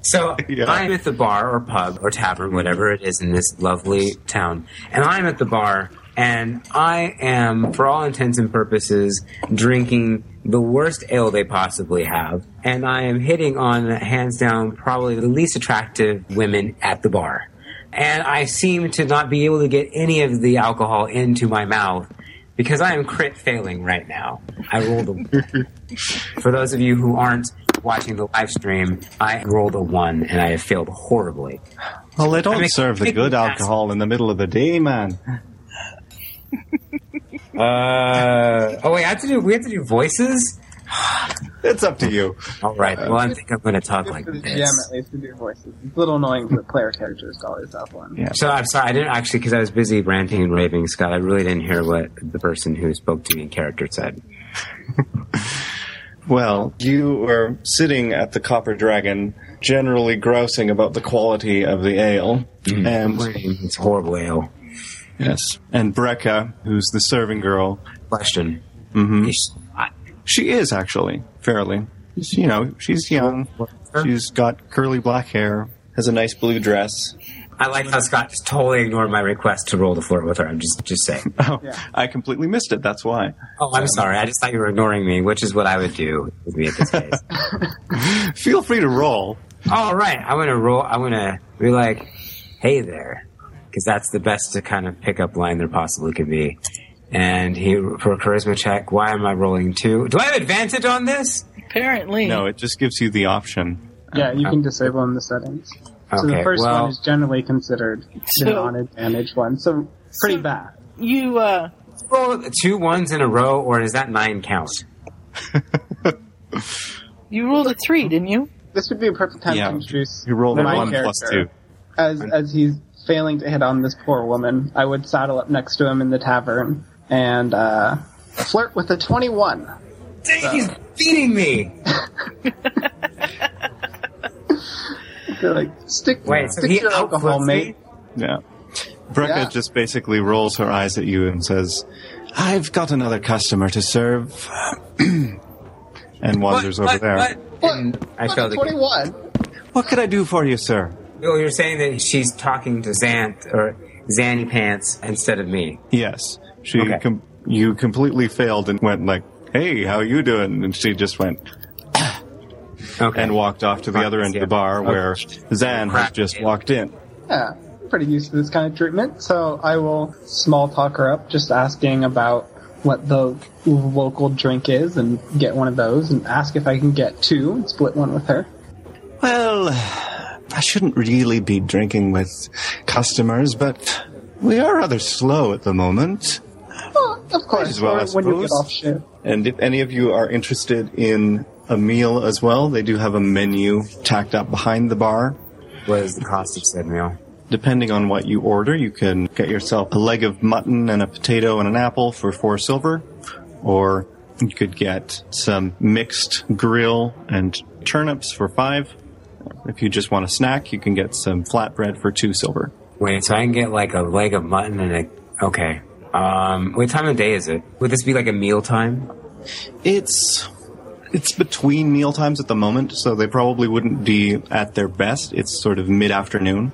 [SPEAKER 6] So I'm at the bar or pub or tavern, whatever it is in this lovely town. And I'm at the bar and I am, for all intents and purposes, drinking the worst ale they possibly have. And I am hitting on, hands down, probably the least attractive women at the bar and I seem to not be able to get any of the alcohol into my mouth because I am crit failing right now. I rolled a one. For those of you who aren't watching the live stream, I rolled a one and I have failed horribly.
[SPEAKER 1] Well, they don't
[SPEAKER 6] I mean,
[SPEAKER 1] serve the
[SPEAKER 6] kick
[SPEAKER 1] good
[SPEAKER 6] me ass.
[SPEAKER 1] alcohol in the middle of the day, man.
[SPEAKER 6] Uh, oh wait, I have to do. We have to do voices.
[SPEAKER 1] It's up to you.
[SPEAKER 6] All right. Well, I think I'm going to talk like
[SPEAKER 4] For the GM,
[SPEAKER 6] this.
[SPEAKER 4] at least, to do voices. It's a little annoying for the player characters to always have one.
[SPEAKER 1] Yeah.
[SPEAKER 6] So I'm sorry, I didn't actually because I was busy ranting and raving, Scott. I really didn't hear what the person who spoke to me in character said.
[SPEAKER 1] Well, you were sitting at the Copper Dragon, generally grousing about the quality of the ale.
[SPEAKER 6] Mm-hmm.
[SPEAKER 1] And
[SPEAKER 6] It's horrible ale.
[SPEAKER 1] yes, and Brecca, who's the serving girl,
[SPEAKER 6] Question. Is- I-
[SPEAKER 1] she is actually fairly. She's, you know, she's young. She's got curly black hair, has a nice blue dress.
[SPEAKER 6] I like how Scott just totally ignored my request to roll the flirt with her. I'm just just saying.
[SPEAKER 1] Oh, I completely missed it. That's why.
[SPEAKER 6] Oh, I'm sorry. I just thought you were ignoring me, which is what I would do with me at this case.
[SPEAKER 1] Feel free to roll.
[SPEAKER 6] All right, I'm gonna roll. I'm gonna be like, "Hey there," because that's the best to kind of pickup line there possibly could be. And he for a charisma check. Why am I rolling two? Do I have advantage on this?
[SPEAKER 2] Apparently.
[SPEAKER 1] No, it just gives you the option.
[SPEAKER 4] Yeah, you can disable in the settings. So the
[SPEAKER 6] Okay,
[SPEAKER 4] first
[SPEAKER 6] well-
[SPEAKER 4] one is generally considered the
[SPEAKER 2] So-
[SPEAKER 4] non-advantage one, so pretty bad.
[SPEAKER 2] You, uh,
[SPEAKER 6] Roll two ones in a row, or does that nine count?
[SPEAKER 2] you rolled a three, didn't you?
[SPEAKER 4] This would be a perfect time
[SPEAKER 1] Yeah.
[SPEAKER 4] to introduce
[SPEAKER 1] You roll
[SPEAKER 4] my
[SPEAKER 1] one
[SPEAKER 4] character.
[SPEAKER 1] plus two.
[SPEAKER 4] As as he's failing to hit on this poor woman, I would saddle up next to him in the tavern and uh, flirt with a twenty-one.
[SPEAKER 6] Dang, he's beating me.
[SPEAKER 4] They're like, stick,
[SPEAKER 6] Wait, so
[SPEAKER 4] stick
[SPEAKER 6] he
[SPEAKER 4] to your alcohol,
[SPEAKER 6] outflips
[SPEAKER 4] mate.
[SPEAKER 6] me?
[SPEAKER 1] Yeah. Brecca
[SPEAKER 4] Yeah.
[SPEAKER 1] just basically rolls her eyes at you and says, I've got another customer to serve. and wanders over there. What?
[SPEAKER 6] what? And I
[SPEAKER 4] Fucking
[SPEAKER 6] failed again.
[SPEAKER 4] Twenty-one.
[SPEAKER 1] can I do for you, sir?
[SPEAKER 6] Well, you're saying that she's talking to Xanth or Zanny Pants instead of me.
[SPEAKER 1] Yes. She
[SPEAKER 6] Okay.
[SPEAKER 1] com- you completely failed and went like, Hey, how you doing? And she just went
[SPEAKER 6] Okay.
[SPEAKER 1] and walked off to the other end of the bar where Zan has
[SPEAKER 6] Crap.
[SPEAKER 1] just walked in.
[SPEAKER 4] Yeah, I'm pretty used to this kind of treatment, so I will small talk her up, just asking about what the local drink is, and get one of those, and ask if I can get two and split one with her.
[SPEAKER 1] Well, I shouldn't really be drinking with customers, but we are rather slow at the moment.
[SPEAKER 4] Well, of course,
[SPEAKER 1] as well,
[SPEAKER 4] or
[SPEAKER 1] I
[SPEAKER 4] when you get
[SPEAKER 1] suppose.
[SPEAKER 4] off shift.
[SPEAKER 1] And if any of you are interested in a meal as well, they do have a menu tacked up behind the bar.
[SPEAKER 6] What is the cost of said meal?
[SPEAKER 1] Depending on what you order, you can get yourself a leg of mutton and a potato and an apple for four silver, or you could get some mixed grill and turnips for five. If you just want a snack, you can get some flatbread for two silver.
[SPEAKER 6] Wait, so I can get like a leg of mutton and a okay. Um, what time of day is it? Would this be like a meal time?
[SPEAKER 1] It's it's between meal times at the moment, so they probably wouldn't be at their best. It's sort of mid afternoon,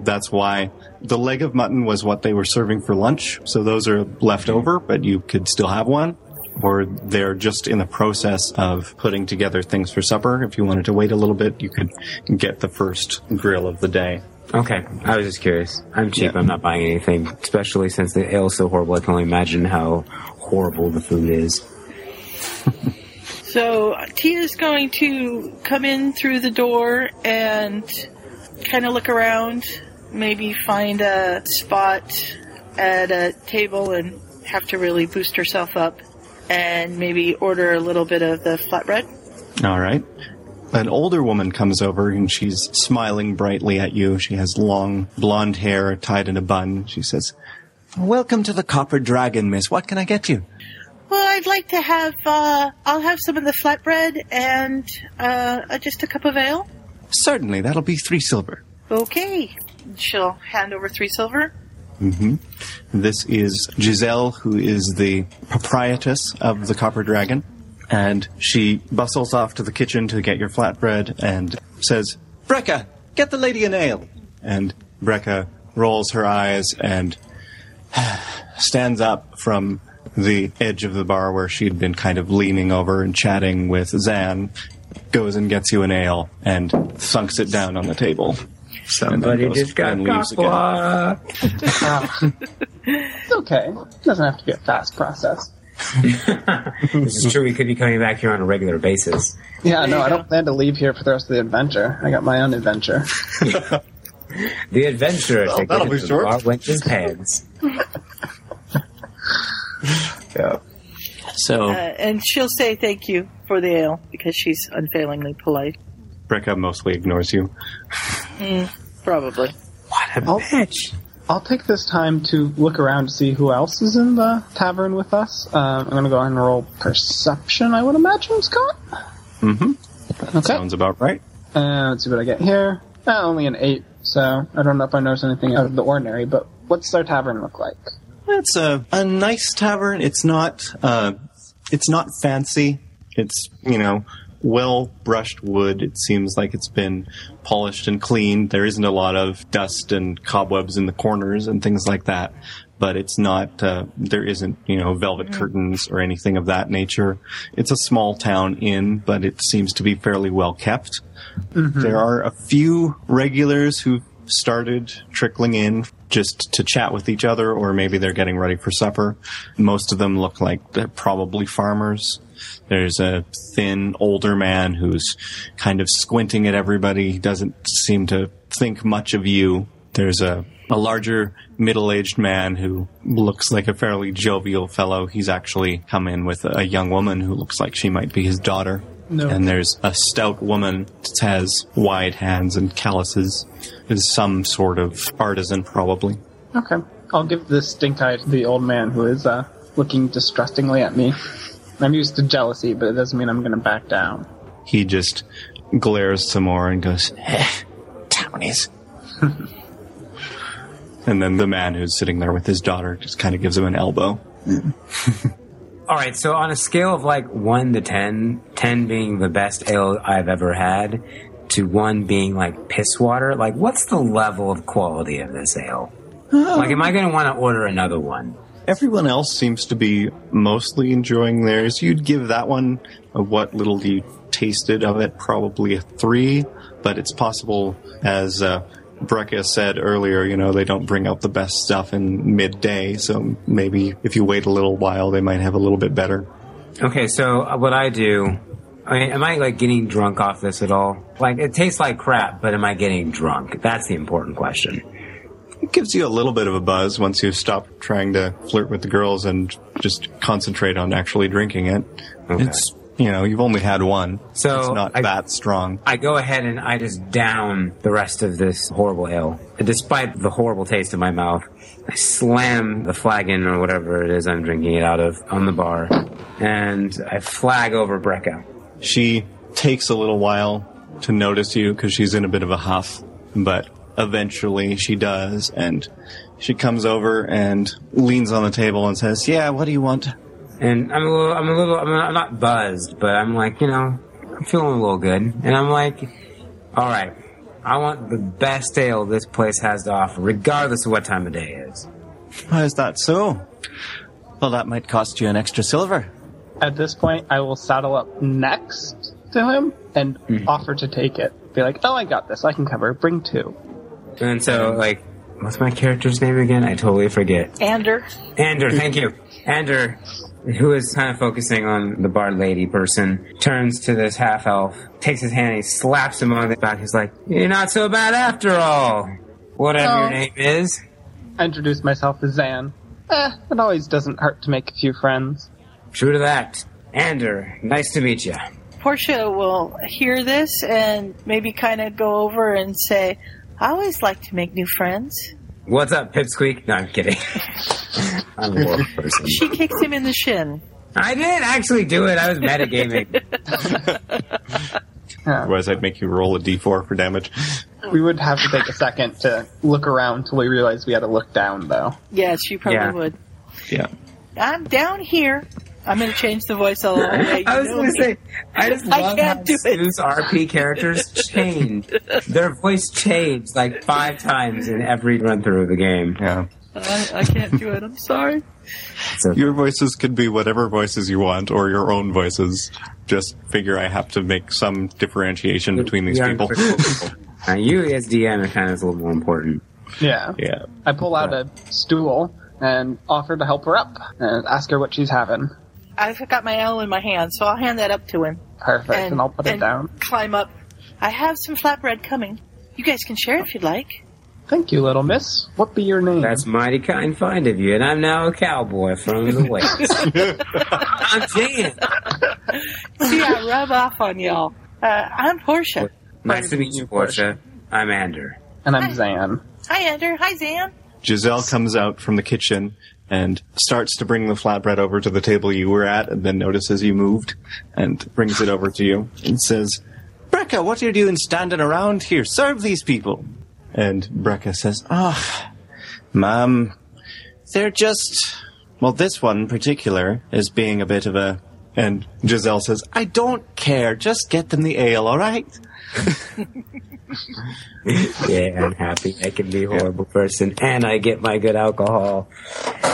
[SPEAKER 1] That's why the leg of mutton was what they were serving for lunch. So those are left over, but you could still have one. Or they're just in the process of putting together things for supper. If you wanted to wait a little bit, you could get the first grill of the day.
[SPEAKER 6] Okay, I was just curious. I'm cheap. I'm not buying anything, especially since the ale's so horrible. I can only imagine how horrible the food is.
[SPEAKER 2] So Tia's going to come in through the door and kind of look around, maybe find a spot at a table and have to really boost herself up and maybe order a little bit of the flatbread.
[SPEAKER 1] All right. An older woman comes over and she's smiling brightly at you. She has long blonde hair tied in a bun. She says, Welcome to the Copper Dragon, miss. What can I get you?
[SPEAKER 2] Well, I'd like to have, uh, I'll have some of the flatbread and uh, uh, just a cup of ale.
[SPEAKER 1] Certainly, that'll be three silver.
[SPEAKER 2] Okay. She'll hand over three silver.
[SPEAKER 1] This is Giselle, who is the proprietress of the Copper Dragon, and she bustles off to the kitchen to get your flatbread and says, Brecca, get the lady an ale! And Brecca rolls her eyes and stands up from the edge of the bar where she'd been kind of leaning over and chatting with Zan, goes and gets you an ale and sunks it down on the table. So then
[SPEAKER 6] But it
[SPEAKER 1] goes
[SPEAKER 6] just got
[SPEAKER 1] and leaves again.
[SPEAKER 6] cockblocked.
[SPEAKER 4] It's okay. It doesn't have to be a fast process.
[SPEAKER 6] This is true. We could be coming back here on a regular basis.
[SPEAKER 4] Yeah, no, I don't plan to leave here for the rest of the adventure. I got my own adventure.
[SPEAKER 6] The adventurer well,
[SPEAKER 1] that'll be short.
[SPEAKER 6] went his pants.
[SPEAKER 1] So
[SPEAKER 2] Uh, and she'll say thank you for the ale because she's unfailingly polite.
[SPEAKER 1] Brecca mostly ignores you.
[SPEAKER 2] Probably.
[SPEAKER 6] What a bitch!
[SPEAKER 4] I'll take this time to look around to see who else is in the tavern with us. Um, I'm going to go ahead and roll perception, I would imagine, Scott. Mm-hmm. Okay.
[SPEAKER 1] Sounds about right.
[SPEAKER 4] Uh, let's see what I get here. Uh, only an eight, so I don't know if I notice anything out of the ordinary, but what's our tavern look like?
[SPEAKER 1] It's a, a nice tavern. It's not uh, it's not fancy. It's you know well brushed wood. It seems like it's been polished and cleaned. There isn't a lot of dust and cobwebs in the corners and things like that. But it's not. Uh, there isn't you know velvet curtains or anything of that nature. It's a small town inn, but it seems to be fairly well kept. There are a few regulars who started trickling in just to chat with each other, or maybe they're getting ready for supper. Most of them look like they're probably farmers. There's a thin, older man who's kind of squinting at everybody. He doesn't seem to think much of you. There's a, a larger, middle aged man who looks like a fairly jovial fellow. He's actually come in with a young woman who looks like she might be his daughter.
[SPEAKER 4] No.
[SPEAKER 1] And there's a stout woman that has wide hands and calluses. Is some sort of artisan, probably.
[SPEAKER 4] Okay. I'll give the stink eye to the old man who is uh, looking distrustingly at me. I'm used to jealousy, but it doesn't mean I'm going to back down.
[SPEAKER 1] He just glares some more and goes, eh, townies. and then the man who's sitting there with his daughter just kind of gives him an elbow.
[SPEAKER 6] All right, so on a scale of like one to ten, ten being the best ale I've ever had, to one being like piss water, like what's the level of quality of this ale? Like, am I going to want to order another one?
[SPEAKER 1] Everyone else seems to be mostly enjoying theirs. You'd give that one, uh, what little you tasted of it, probably a three, but it's possible, as uh, Brecca said earlier, you know, they don't bring out the best stuff in midday, so maybe if you wait a little while, they might have a little bit better.
[SPEAKER 6] Okay, so uh, what I do, I mean, am I like getting drunk off this at all? Like, it tastes like crap, but am I getting drunk? That's the important question.
[SPEAKER 1] It gives you a little bit of a buzz once you stop trying to flirt with the girls and just concentrate on actually drinking it.
[SPEAKER 6] Okay.
[SPEAKER 1] It's, you know, you've only had one.
[SPEAKER 6] So,
[SPEAKER 1] it's not
[SPEAKER 6] I-
[SPEAKER 1] that strong.
[SPEAKER 6] I go ahead and I just down the rest of this horrible ale. Despite the horrible taste in my mouth, I slam the flagon or whatever it is I'm drinking it out of on the bar, and I flag over Brecca.
[SPEAKER 1] She takes a little while to notice you because she's in a bit of a huff, but eventually she does, and she comes over and leans on the table and says, "Yeah, what do you want?"
[SPEAKER 6] And I'm a little, I'm a little, I'm not, I'm not buzzed, but I'm like, you know, I'm feeling a little good. And I'm like, all right, I want the best ale this place has to offer, regardless of what time of day it is.
[SPEAKER 10] Why is that so? Well, that might cost you an extra silver.
[SPEAKER 4] At this point, I will saddle up next to him and offer to take it. Be like, oh, I got this. I can cover. Bring two.
[SPEAKER 6] And so, like, what's my character's name again? I totally forget.
[SPEAKER 2] Ander.
[SPEAKER 6] Ander, thank you. Ander, who is kind of focusing on the bar lady person, turns to this half elf, takes his hand, and he slaps him on the back. He's like, You're not so bad after all. Whatever
[SPEAKER 4] Oh.
[SPEAKER 6] your name is.
[SPEAKER 4] I introduce myself as Zan. Eh, it always doesn't hurt to make a few friends.
[SPEAKER 6] True to that. Ander, nice to meet you.
[SPEAKER 2] Portia will hear this and maybe kind of go over and say, I always like to make new friends.
[SPEAKER 6] What's up, Pipsqueak? No, I'm kidding. I'm a wolf person.
[SPEAKER 2] She kicks him in the shin.
[SPEAKER 6] I didn't actually do it. I was metagaming.
[SPEAKER 1] Otherwise, I'd make you roll a d4 for damage.
[SPEAKER 4] Uh, We would have to take a second to look around till we realized we had to look down, though.
[SPEAKER 2] Yes, she probably
[SPEAKER 6] Yeah.
[SPEAKER 2] would.
[SPEAKER 1] Yeah.
[SPEAKER 2] I'm down here. I'm going to change the voice all the way.
[SPEAKER 6] I was
[SPEAKER 2] You know
[SPEAKER 6] going to
[SPEAKER 2] me.
[SPEAKER 6] say, I just
[SPEAKER 2] I
[SPEAKER 6] love
[SPEAKER 2] can't
[SPEAKER 6] how
[SPEAKER 2] do it.
[SPEAKER 6] Sue's RP characters change. Their voice changed like five times in every run through of the game.
[SPEAKER 1] Yeah.
[SPEAKER 2] I, I can't do it. I'm sorry.
[SPEAKER 1] Your voices could be whatever voices you want or your own voices. Just figure I have to make some differentiation between these
[SPEAKER 6] We are
[SPEAKER 1] people.
[SPEAKER 6] critical people. Now, you as DM are kind of a little more important.
[SPEAKER 4] Yeah.
[SPEAKER 1] yeah.
[SPEAKER 4] I pull out a stool and offer to help her up and ask her what she's having.
[SPEAKER 2] I've got my L in my hand, so I'll hand that up to him.
[SPEAKER 4] Perfect, and, I'll put it
[SPEAKER 2] and
[SPEAKER 4] down.
[SPEAKER 2] Climb up. I have some flatbread coming. You guys can share if you'd like.
[SPEAKER 4] Thank you, little miss. What be your name?
[SPEAKER 6] That's mighty kind find of you, and I'm now a cowboy from the West. I'm Jan.
[SPEAKER 2] See, I rub off on y'all. Uh, I'm Portia.
[SPEAKER 6] Nice to meet you, Portia. I'm Ander.
[SPEAKER 4] and I'm Zan.
[SPEAKER 2] Hi, Ender. Hi, Zan.
[SPEAKER 1] Giselle comes out from the kitchen and starts to bring the flatbread over to the table you were at and then notices you moved and brings it over to you and says,
[SPEAKER 10] Brecca, what are you doing standing around here? Serve these people.
[SPEAKER 1] and Brecca says,
[SPEAKER 10] Ah, ma'am, they're just. Well, this one in particular is being a bit of a.
[SPEAKER 1] and
[SPEAKER 10] Giselle says, I don't care. Just get them the ale, all right?
[SPEAKER 6] Yeah, I'm happy. I can be a horrible person, and I get my good alcohol.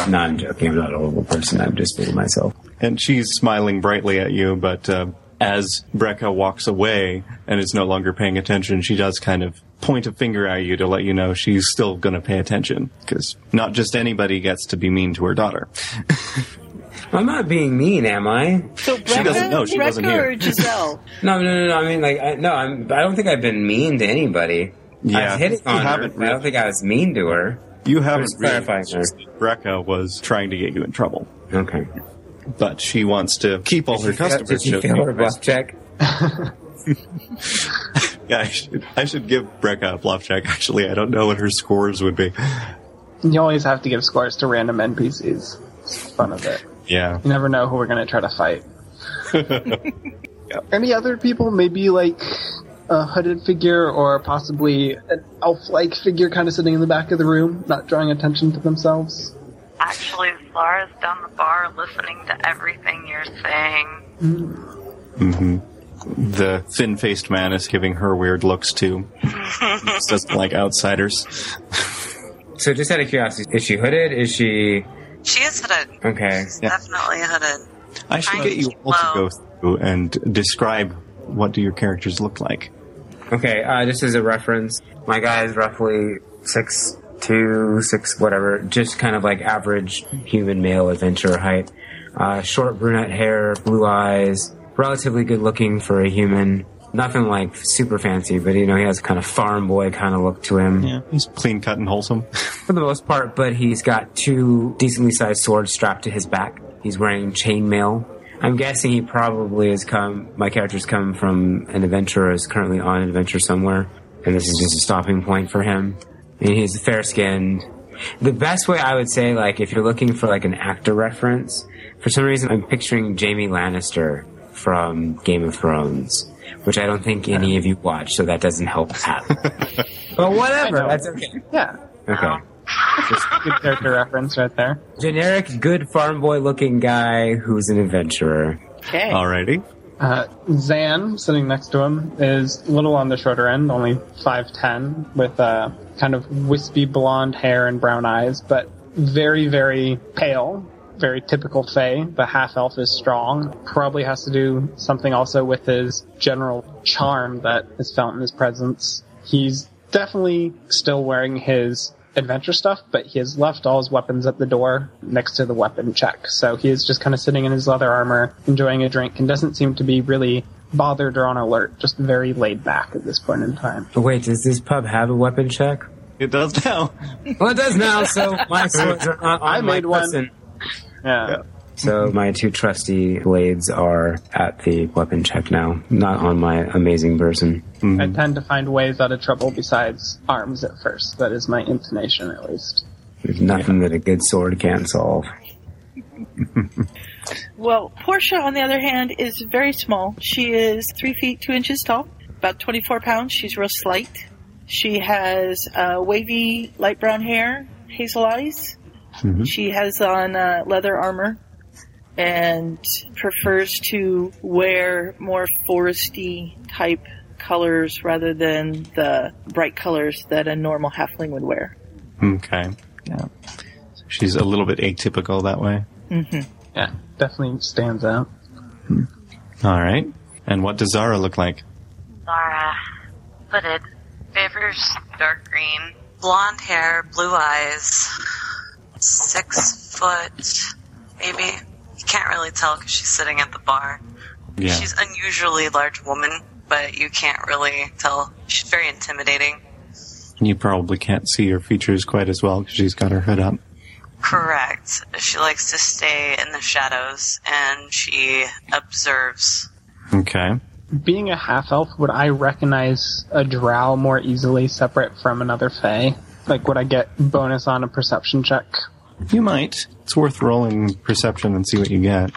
[SPEAKER 6] No, I'm joking. I'm not a horrible person. I'm just being myself.
[SPEAKER 1] and she's smiling brightly at you, but uh, as Brecca walks away and is no longer paying attention, she does kind of point a finger at you to let you know she's still going to pay attention because not just anybody gets to be mean to her daughter.
[SPEAKER 6] I'm not being mean, am I?
[SPEAKER 2] So Brecca,
[SPEAKER 1] She doesn't know. She
[SPEAKER 2] Brecca
[SPEAKER 1] wasn't here.
[SPEAKER 2] or Giselle?
[SPEAKER 6] No, no, no, no. I mean, like, I, no, I'm, I don't think I've been mean to anybody. I
[SPEAKER 1] Yeah.
[SPEAKER 6] was hitting
[SPEAKER 1] You
[SPEAKER 6] on her.
[SPEAKER 1] haven't
[SPEAKER 6] but I don't
[SPEAKER 1] really.
[SPEAKER 6] think I was mean to her.
[SPEAKER 1] You haven't
[SPEAKER 6] Just clarifying
[SPEAKER 1] realized that Brecca was trying to get you in trouble,
[SPEAKER 6] Okay.
[SPEAKER 1] but she wants to keep all her
[SPEAKER 6] Did
[SPEAKER 1] customers.
[SPEAKER 6] she fail her bluff check?
[SPEAKER 1] Yeah, I should, I should give Brecca a bluff check. Actually, I don't know what her scores would be.
[SPEAKER 4] You always have to give scores to random NPCs. It's the fun of it.
[SPEAKER 1] Yeah,
[SPEAKER 4] You never know who we're going to try to fight. Any other people? Maybe like a hooded figure or possibly an elf like figure kind of sitting in the back of the room, not drawing attention to themselves?
[SPEAKER 7] Actually, Lara's down the bar listening to everything you're saying.
[SPEAKER 1] the thin-faced man is giving her weird looks too. He just doesn't like outsiders.
[SPEAKER 6] So, just out of curiosity, is she hooded? Is she
[SPEAKER 7] She is hooded.
[SPEAKER 6] okay?
[SPEAKER 7] She's definitely hooded.
[SPEAKER 1] I should
[SPEAKER 7] Kind
[SPEAKER 1] get
[SPEAKER 7] of
[SPEAKER 1] you all to
[SPEAKER 7] slow.
[SPEAKER 1] go through and describe what do your characters look like.
[SPEAKER 6] Okay, uh, just as a reference, my guy is roughly six two, six whatever, just kind of like average human male adventurer height. Uh, short brunette hair, blue eyes, relatively good looking for a human. Nothing like super fancy, but you know he has kind of farm boy kind of look to him
[SPEAKER 1] He's clean cut and wholesome.
[SPEAKER 6] for the most part. But he's got two decently sized swords strapped to his back. He's wearing chainmail. I'm guessing he probably has come. My character's come from an adventure, or is currently on an adventure somewhere, and this is just a stopping point for him. And he's fair skinned. The best way I would say, like, if you're looking for like an actor reference, for some reason I'm picturing Jamie Lannister from Game of Thrones, which I don't think any of you watch, so that doesn't help at. all. but whatever,
[SPEAKER 4] I know.
[SPEAKER 6] that's okay.
[SPEAKER 4] Yeah.
[SPEAKER 6] Okay.
[SPEAKER 4] Good character reference right there.
[SPEAKER 6] Generic, good farm boy looking guy who's an adventurer.
[SPEAKER 2] Okay.
[SPEAKER 1] Alrighty.
[SPEAKER 4] Uh, Zan, sitting next to him, is a little on the shorter end, only 5'10, with uh, kind of wispy blonde hair and brown eyes, but very, very pale. Very typical Fey. The half elf is strong. Probably has to do something also with his general charm that is felt in his presence. He's definitely still wearing his adventure stuff, but he has left all his weapons at the door next to the weapon check. So he is just kind of sitting in his leather armor, enjoying a drink, and doesn't seem to be really bothered or on alert, just very laid back at this point in time.
[SPEAKER 6] Wait, does this pub have a weapon check?
[SPEAKER 10] It does now.
[SPEAKER 6] Well, it does now, so my swords are on, on
[SPEAKER 4] I made
[SPEAKER 6] my
[SPEAKER 4] one.
[SPEAKER 6] person.
[SPEAKER 4] Yeah.
[SPEAKER 6] So my two trusty blades are at the weapon check now, not on my amazing person.
[SPEAKER 4] I tend to find ways out of trouble besides arms at first. That is my intonation, at least.
[SPEAKER 6] There's nothing that a good sword can't solve.
[SPEAKER 2] Well, Portia, on the other hand, is very small. She is three feet two inches tall, about 24 pounds. She's real slight. She has uh, wavy, light brown hair, hazel eyes. She has on uh, leather armor and prefers to wear more foresty type colors rather than the bright colors that a normal halfling would wear.
[SPEAKER 10] Okay. Yeah. So she's a little bit atypical that way.
[SPEAKER 4] Yeah, definitely stands out.
[SPEAKER 10] All right. And what does Zara look like?
[SPEAKER 7] Zara. Hooded. Favors dark green. Blonde hair, blue eyes. Six foot, maybe. You can't really tell because she's sitting at the bar.
[SPEAKER 10] Yeah.
[SPEAKER 7] She's unusually large woman, but you can't really tell. She's very intimidating.
[SPEAKER 10] You probably can't see her features quite as well because she's got her hood up.
[SPEAKER 7] Correct. She likes to stay in the shadows and she observes.
[SPEAKER 10] Okay.
[SPEAKER 4] Being a half elf, would I recognize a drow more easily separate from another fey? Like, would I get bonus on a perception check?
[SPEAKER 10] You might. It's worth rolling perception and see what you get.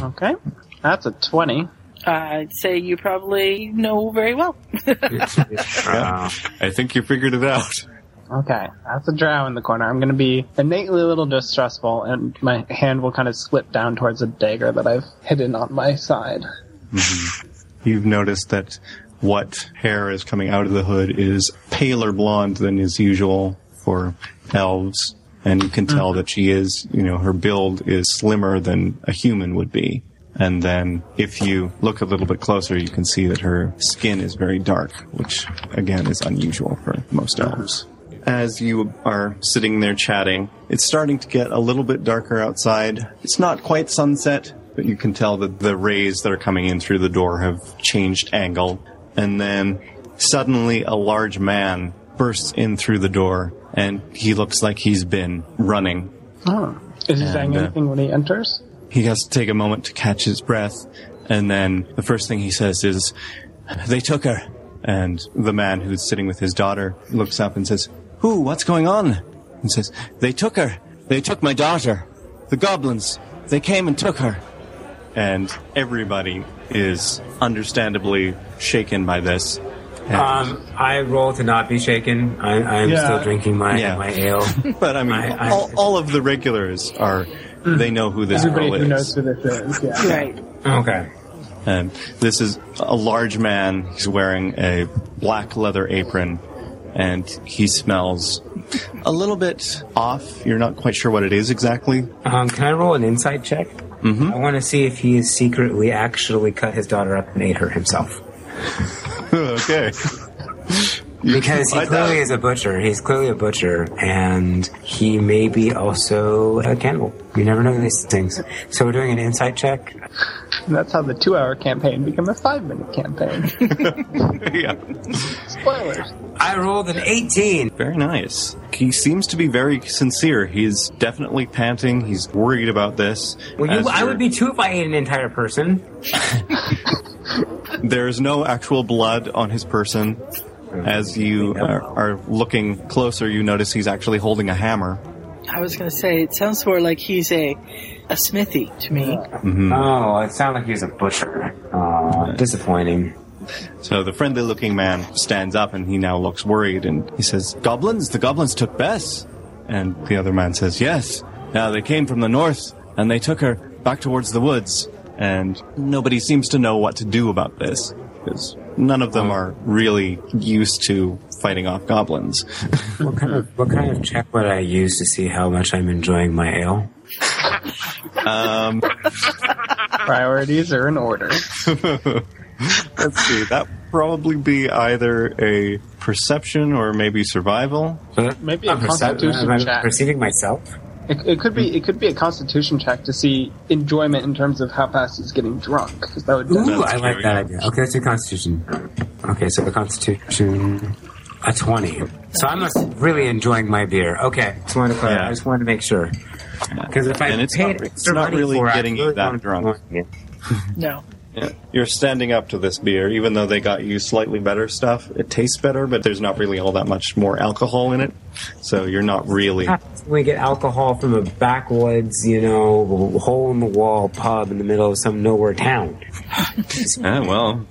[SPEAKER 4] Okay. That's a 20.
[SPEAKER 2] I'd say you probably know very well.
[SPEAKER 6] Uh,
[SPEAKER 10] I think you figured it out.
[SPEAKER 4] Okay, that's a drow in the corner. I'm going to be innately a little distrustful, and my hand will kind of slip down towards a dagger that I've hidden on my side.
[SPEAKER 10] You've noticed that what hair is coming out of the hood is paler blonde than is usual for elves. And you can tell that she is, you know, her build is slimmer than a human would be. And then if you look a little bit closer, you can see that her skin is very dark, which again is unusual for most elves. As you are sitting there chatting, it's starting to get a little bit darker outside. It's not quite sunset, but you can tell that the rays that are coming in through the door have changed angle. And then suddenly a large man bursts in through the door and he looks like he's been running.
[SPEAKER 4] Oh. Is he saying
[SPEAKER 10] And, uh,
[SPEAKER 4] anything when he enters?
[SPEAKER 10] He has to take a moment to catch his breath. And then the first thing he says is, they took her. And the man who's sitting with his daughter looks up and says, who, what's going on? And says, they took her. They took my daughter. The goblins. They came and took her. And everybody is understandably shaken by this. And-
[SPEAKER 6] um, I roll to not be shaken. I, I'm
[SPEAKER 4] Yeah.
[SPEAKER 6] still drinking my
[SPEAKER 10] Yeah.
[SPEAKER 6] my ale.
[SPEAKER 10] But I mean,
[SPEAKER 6] I- I-
[SPEAKER 10] all, all of the regulars are, they know who this
[SPEAKER 4] Everybody
[SPEAKER 10] girl
[SPEAKER 4] who
[SPEAKER 10] is.
[SPEAKER 4] knows who this is, yeah.
[SPEAKER 2] Right.
[SPEAKER 6] okay.
[SPEAKER 10] And Um, this is a large man. He's wearing a black leather apron and he smells a little bit off. You're not quite sure what it is exactly.
[SPEAKER 6] Um, can I roll an insight check? Mm-hmm. I want to see if he has secretly actually cut his daughter up and ate her himself.
[SPEAKER 10] okay.
[SPEAKER 6] Because he
[SPEAKER 10] find out.
[SPEAKER 6] clearly is a butcher. He's clearly a butcher, and he may be also a cannibal. You never know these things. So we're doing an insight check.
[SPEAKER 4] And that's how the two hour campaign became a five minute campaign.
[SPEAKER 10] yeah.
[SPEAKER 4] Spoilers.
[SPEAKER 6] I rolled an 18.
[SPEAKER 10] Very nice. He seems to be very sincere. He's definitely panting. He's worried about this.
[SPEAKER 6] Well,
[SPEAKER 10] As
[SPEAKER 6] you, I
[SPEAKER 10] you're-
[SPEAKER 6] would be too if I ate an entire person.
[SPEAKER 10] There's no actual blood on his person. As you are, are looking closer, you notice he's actually holding a hammer.
[SPEAKER 2] I was going to say, it sounds more like he's a, a smithy to me.
[SPEAKER 10] Hmm.
[SPEAKER 6] Oh, it sounded like he was a butcher. Aw, disappointing.
[SPEAKER 10] So the friendly looking man stands up and he now looks worried and he says, Goblins? The goblins took Bess. And the other man says, Yes. Now they came from the north and they took her back towards the woods. and nobody seems to know what to do about this because none of them are really used to fighting off goblins.
[SPEAKER 6] What kind of what kind of check would I use to see how much I'm enjoying my ale?
[SPEAKER 10] Um,
[SPEAKER 4] Priorities are in order.
[SPEAKER 10] let's see, that would probably be either a perception or maybe survival.
[SPEAKER 4] Maybe a
[SPEAKER 6] I'm perce-
[SPEAKER 4] constitution
[SPEAKER 6] am I
[SPEAKER 4] check.
[SPEAKER 6] Perceiving myself.
[SPEAKER 4] It, it could be it could be a constitution check to see enjoyment in terms of how fast he's getting drunk. 'cause that would
[SPEAKER 6] Ooh, I
[SPEAKER 10] true,
[SPEAKER 6] like that
[SPEAKER 10] yeah.
[SPEAKER 6] idea. Okay, let's do Constitution. Okay, so the Constitution, a twenty. So I'm just really enjoying my beer. Okay, just wanted to clarify.
[SPEAKER 10] Yeah.
[SPEAKER 6] I just wanted to make sure because if I
[SPEAKER 10] And it's
[SPEAKER 6] paid
[SPEAKER 10] not- it's
[SPEAKER 6] extra
[SPEAKER 10] not
[SPEAKER 6] money
[SPEAKER 10] really
[SPEAKER 6] for it, I
[SPEAKER 10] getting you
[SPEAKER 6] really
[SPEAKER 10] that
[SPEAKER 6] wanna be
[SPEAKER 10] drunk.
[SPEAKER 6] enjoying it.
[SPEAKER 2] No.
[SPEAKER 10] Yeah. You're standing up to this beer, even though they got you slightly better stuff. It tastes better, but there's not really all that much more alcohol in it, so you're not really.
[SPEAKER 6] happens when we get alcohol from a backwoods, you know, hole in the wall pub in the middle of some nowhere town.
[SPEAKER 10] Ah, well,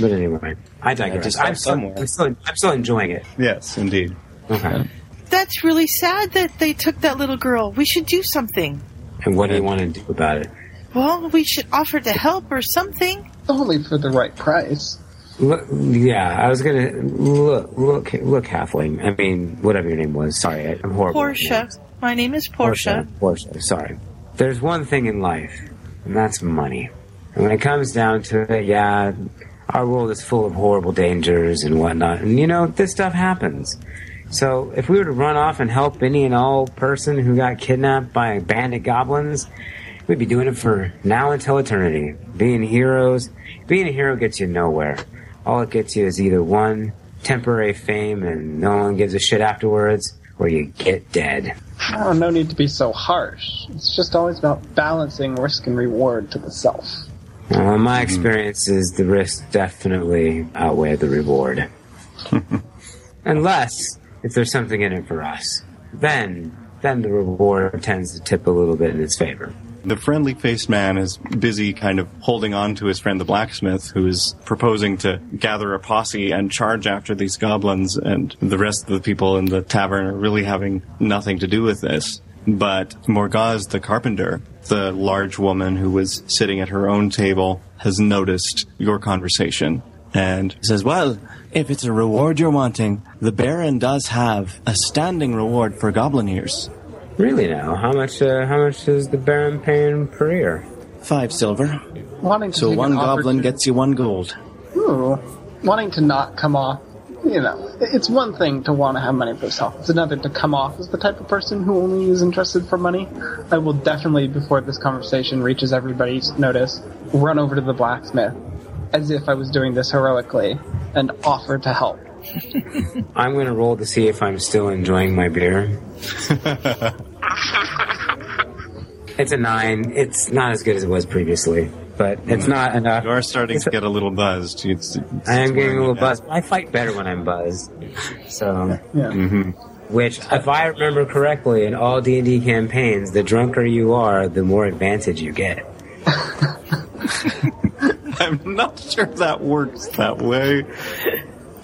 [SPEAKER 6] But anyway, I digress.
[SPEAKER 10] just like
[SPEAKER 6] I'm, still,
[SPEAKER 10] somewhere.
[SPEAKER 6] I'm, still, I'm still enjoying it.
[SPEAKER 10] yes, indeed.
[SPEAKER 6] Okay.
[SPEAKER 2] That's really sad that they took that little girl. We should do something.
[SPEAKER 6] And what do you want to do about it?
[SPEAKER 2] Well, we should offer to help or something.
[SPEAKER 4] only for the right price.
[SPEAKER 6] Look, yeah, I was gonna look, look, look, halfling. I mean, whatever your name was. Sorry, I- I'm horrible. with
[SPEAKER 2] Portia.
[SPEAKER 6] names.
[SPEAKER 2] My name is Portia.
[SPEAKER 6] Portia. Portia. Sorry. There's one thing in life, and that's money. And when it comes down to it, yeah, our world is full of horrible dangers and whatnot. And you know, this stuff happens. So if we were to run off and help any and all person who got kidnapped by bandit goblins, we'd be doing it for now until eternity. Being heroes, being a hero gets you nowhere. All it gets you is either one, temporary fame and no one gives a shit afterwards, or you get dead.
[SPEAKER 4] Oh, no need to be so harsh. It's just always about balancing risk and reward to the self.
[SPEAKER 6] Well, in Uh, my experience, is the risk definitely outweigh the reward. Unless if there's something in it for us, then then the reward tends to tip a little bit in its favor.
[SPEAKER 10] The friendly faced man is busy kind of holding on to his friend the blacksmith, who is proposing to gather a posse and charge after these goblins, and the rest of the people in the tavern are really having nothing to do with this. But Morgaz the carpenter, the large woman who was sitting at her own table, has noticed your conversation and says, Well, if it's a reward you're wanting, the Baron does have a standing reward for goblin ears.
[SPEAKER 6] Really now, how much uh, how much is the Baron paying per year?
[SPEAKER 10] Five silver.
[SPEAKER 4] Wanting to take an opportu-
[SPEAKER 10] you one gold.
[SPEAKER 4] Ooh, wanting to not come off. You know, i- it's one thing to want to have money for yourself. It's another to come off as the type of person who only is interested for money. I will definitely, before this conversation reaches everybody's notice, run over to the blacksmith as if I was doing this heroically and offer to help.
[SPEAKER 6] I'm gonna roll to see if I'm still enjoying my beer. it's a nine. It's not as good as it was previously, but it's not enough.
[SPEAKER 10] You are starting to get a little buzzed. It's, it's-
[SPEAKER 6] I am
[SPEAKER 10] it's
[SPEAKER 6] getting a little
[SPEAKER 10] wearing you down.
[SPEAKER 6] buzzed. I fight better when I'm buzzed. So,
[SPEAKER 4] Yeah.
[SPEAKER 6] which, if I remember correctly, in all D and D campaigns, the drunker you are, the more advantage you get.
[SPEAKER 10] I'm not sure that works that way.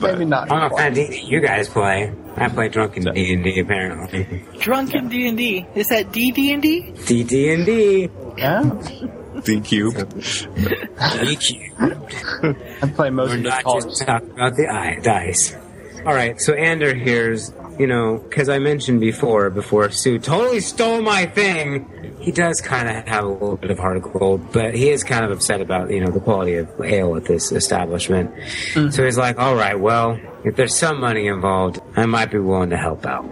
[SPEAKER 4] Maybe not.
[SPEAKER 6] I don't know if
[SPEAKER 4] quite.
[SPEAKER 6] that D&D you guys play. I play drunken D and D apparently.
[SPEAKER 2] Drunk in D&D. Is that D&D?
[SPEAKER 6] D D and D.
[SPEAKER 4] Yeah.
[SPEAKER 10] The cube.
[SPEAKER 4] I play most
[SPEAKER 6] We're
[SPEAKER 4] of the
[SPEAKER 6] not
[SPEAKER 4] college.
[SPEAKER 6] just talking about the eye dice. All right, so Ander hears, you know, because I mentioned before, before Sue totally stole my thing. He does kind of have a little bit of heart of gold, but he is kind of upset about, you know, the quality of ale at this establishment. So he's like, all right, well, if there's some money involved, I might be willing to help out.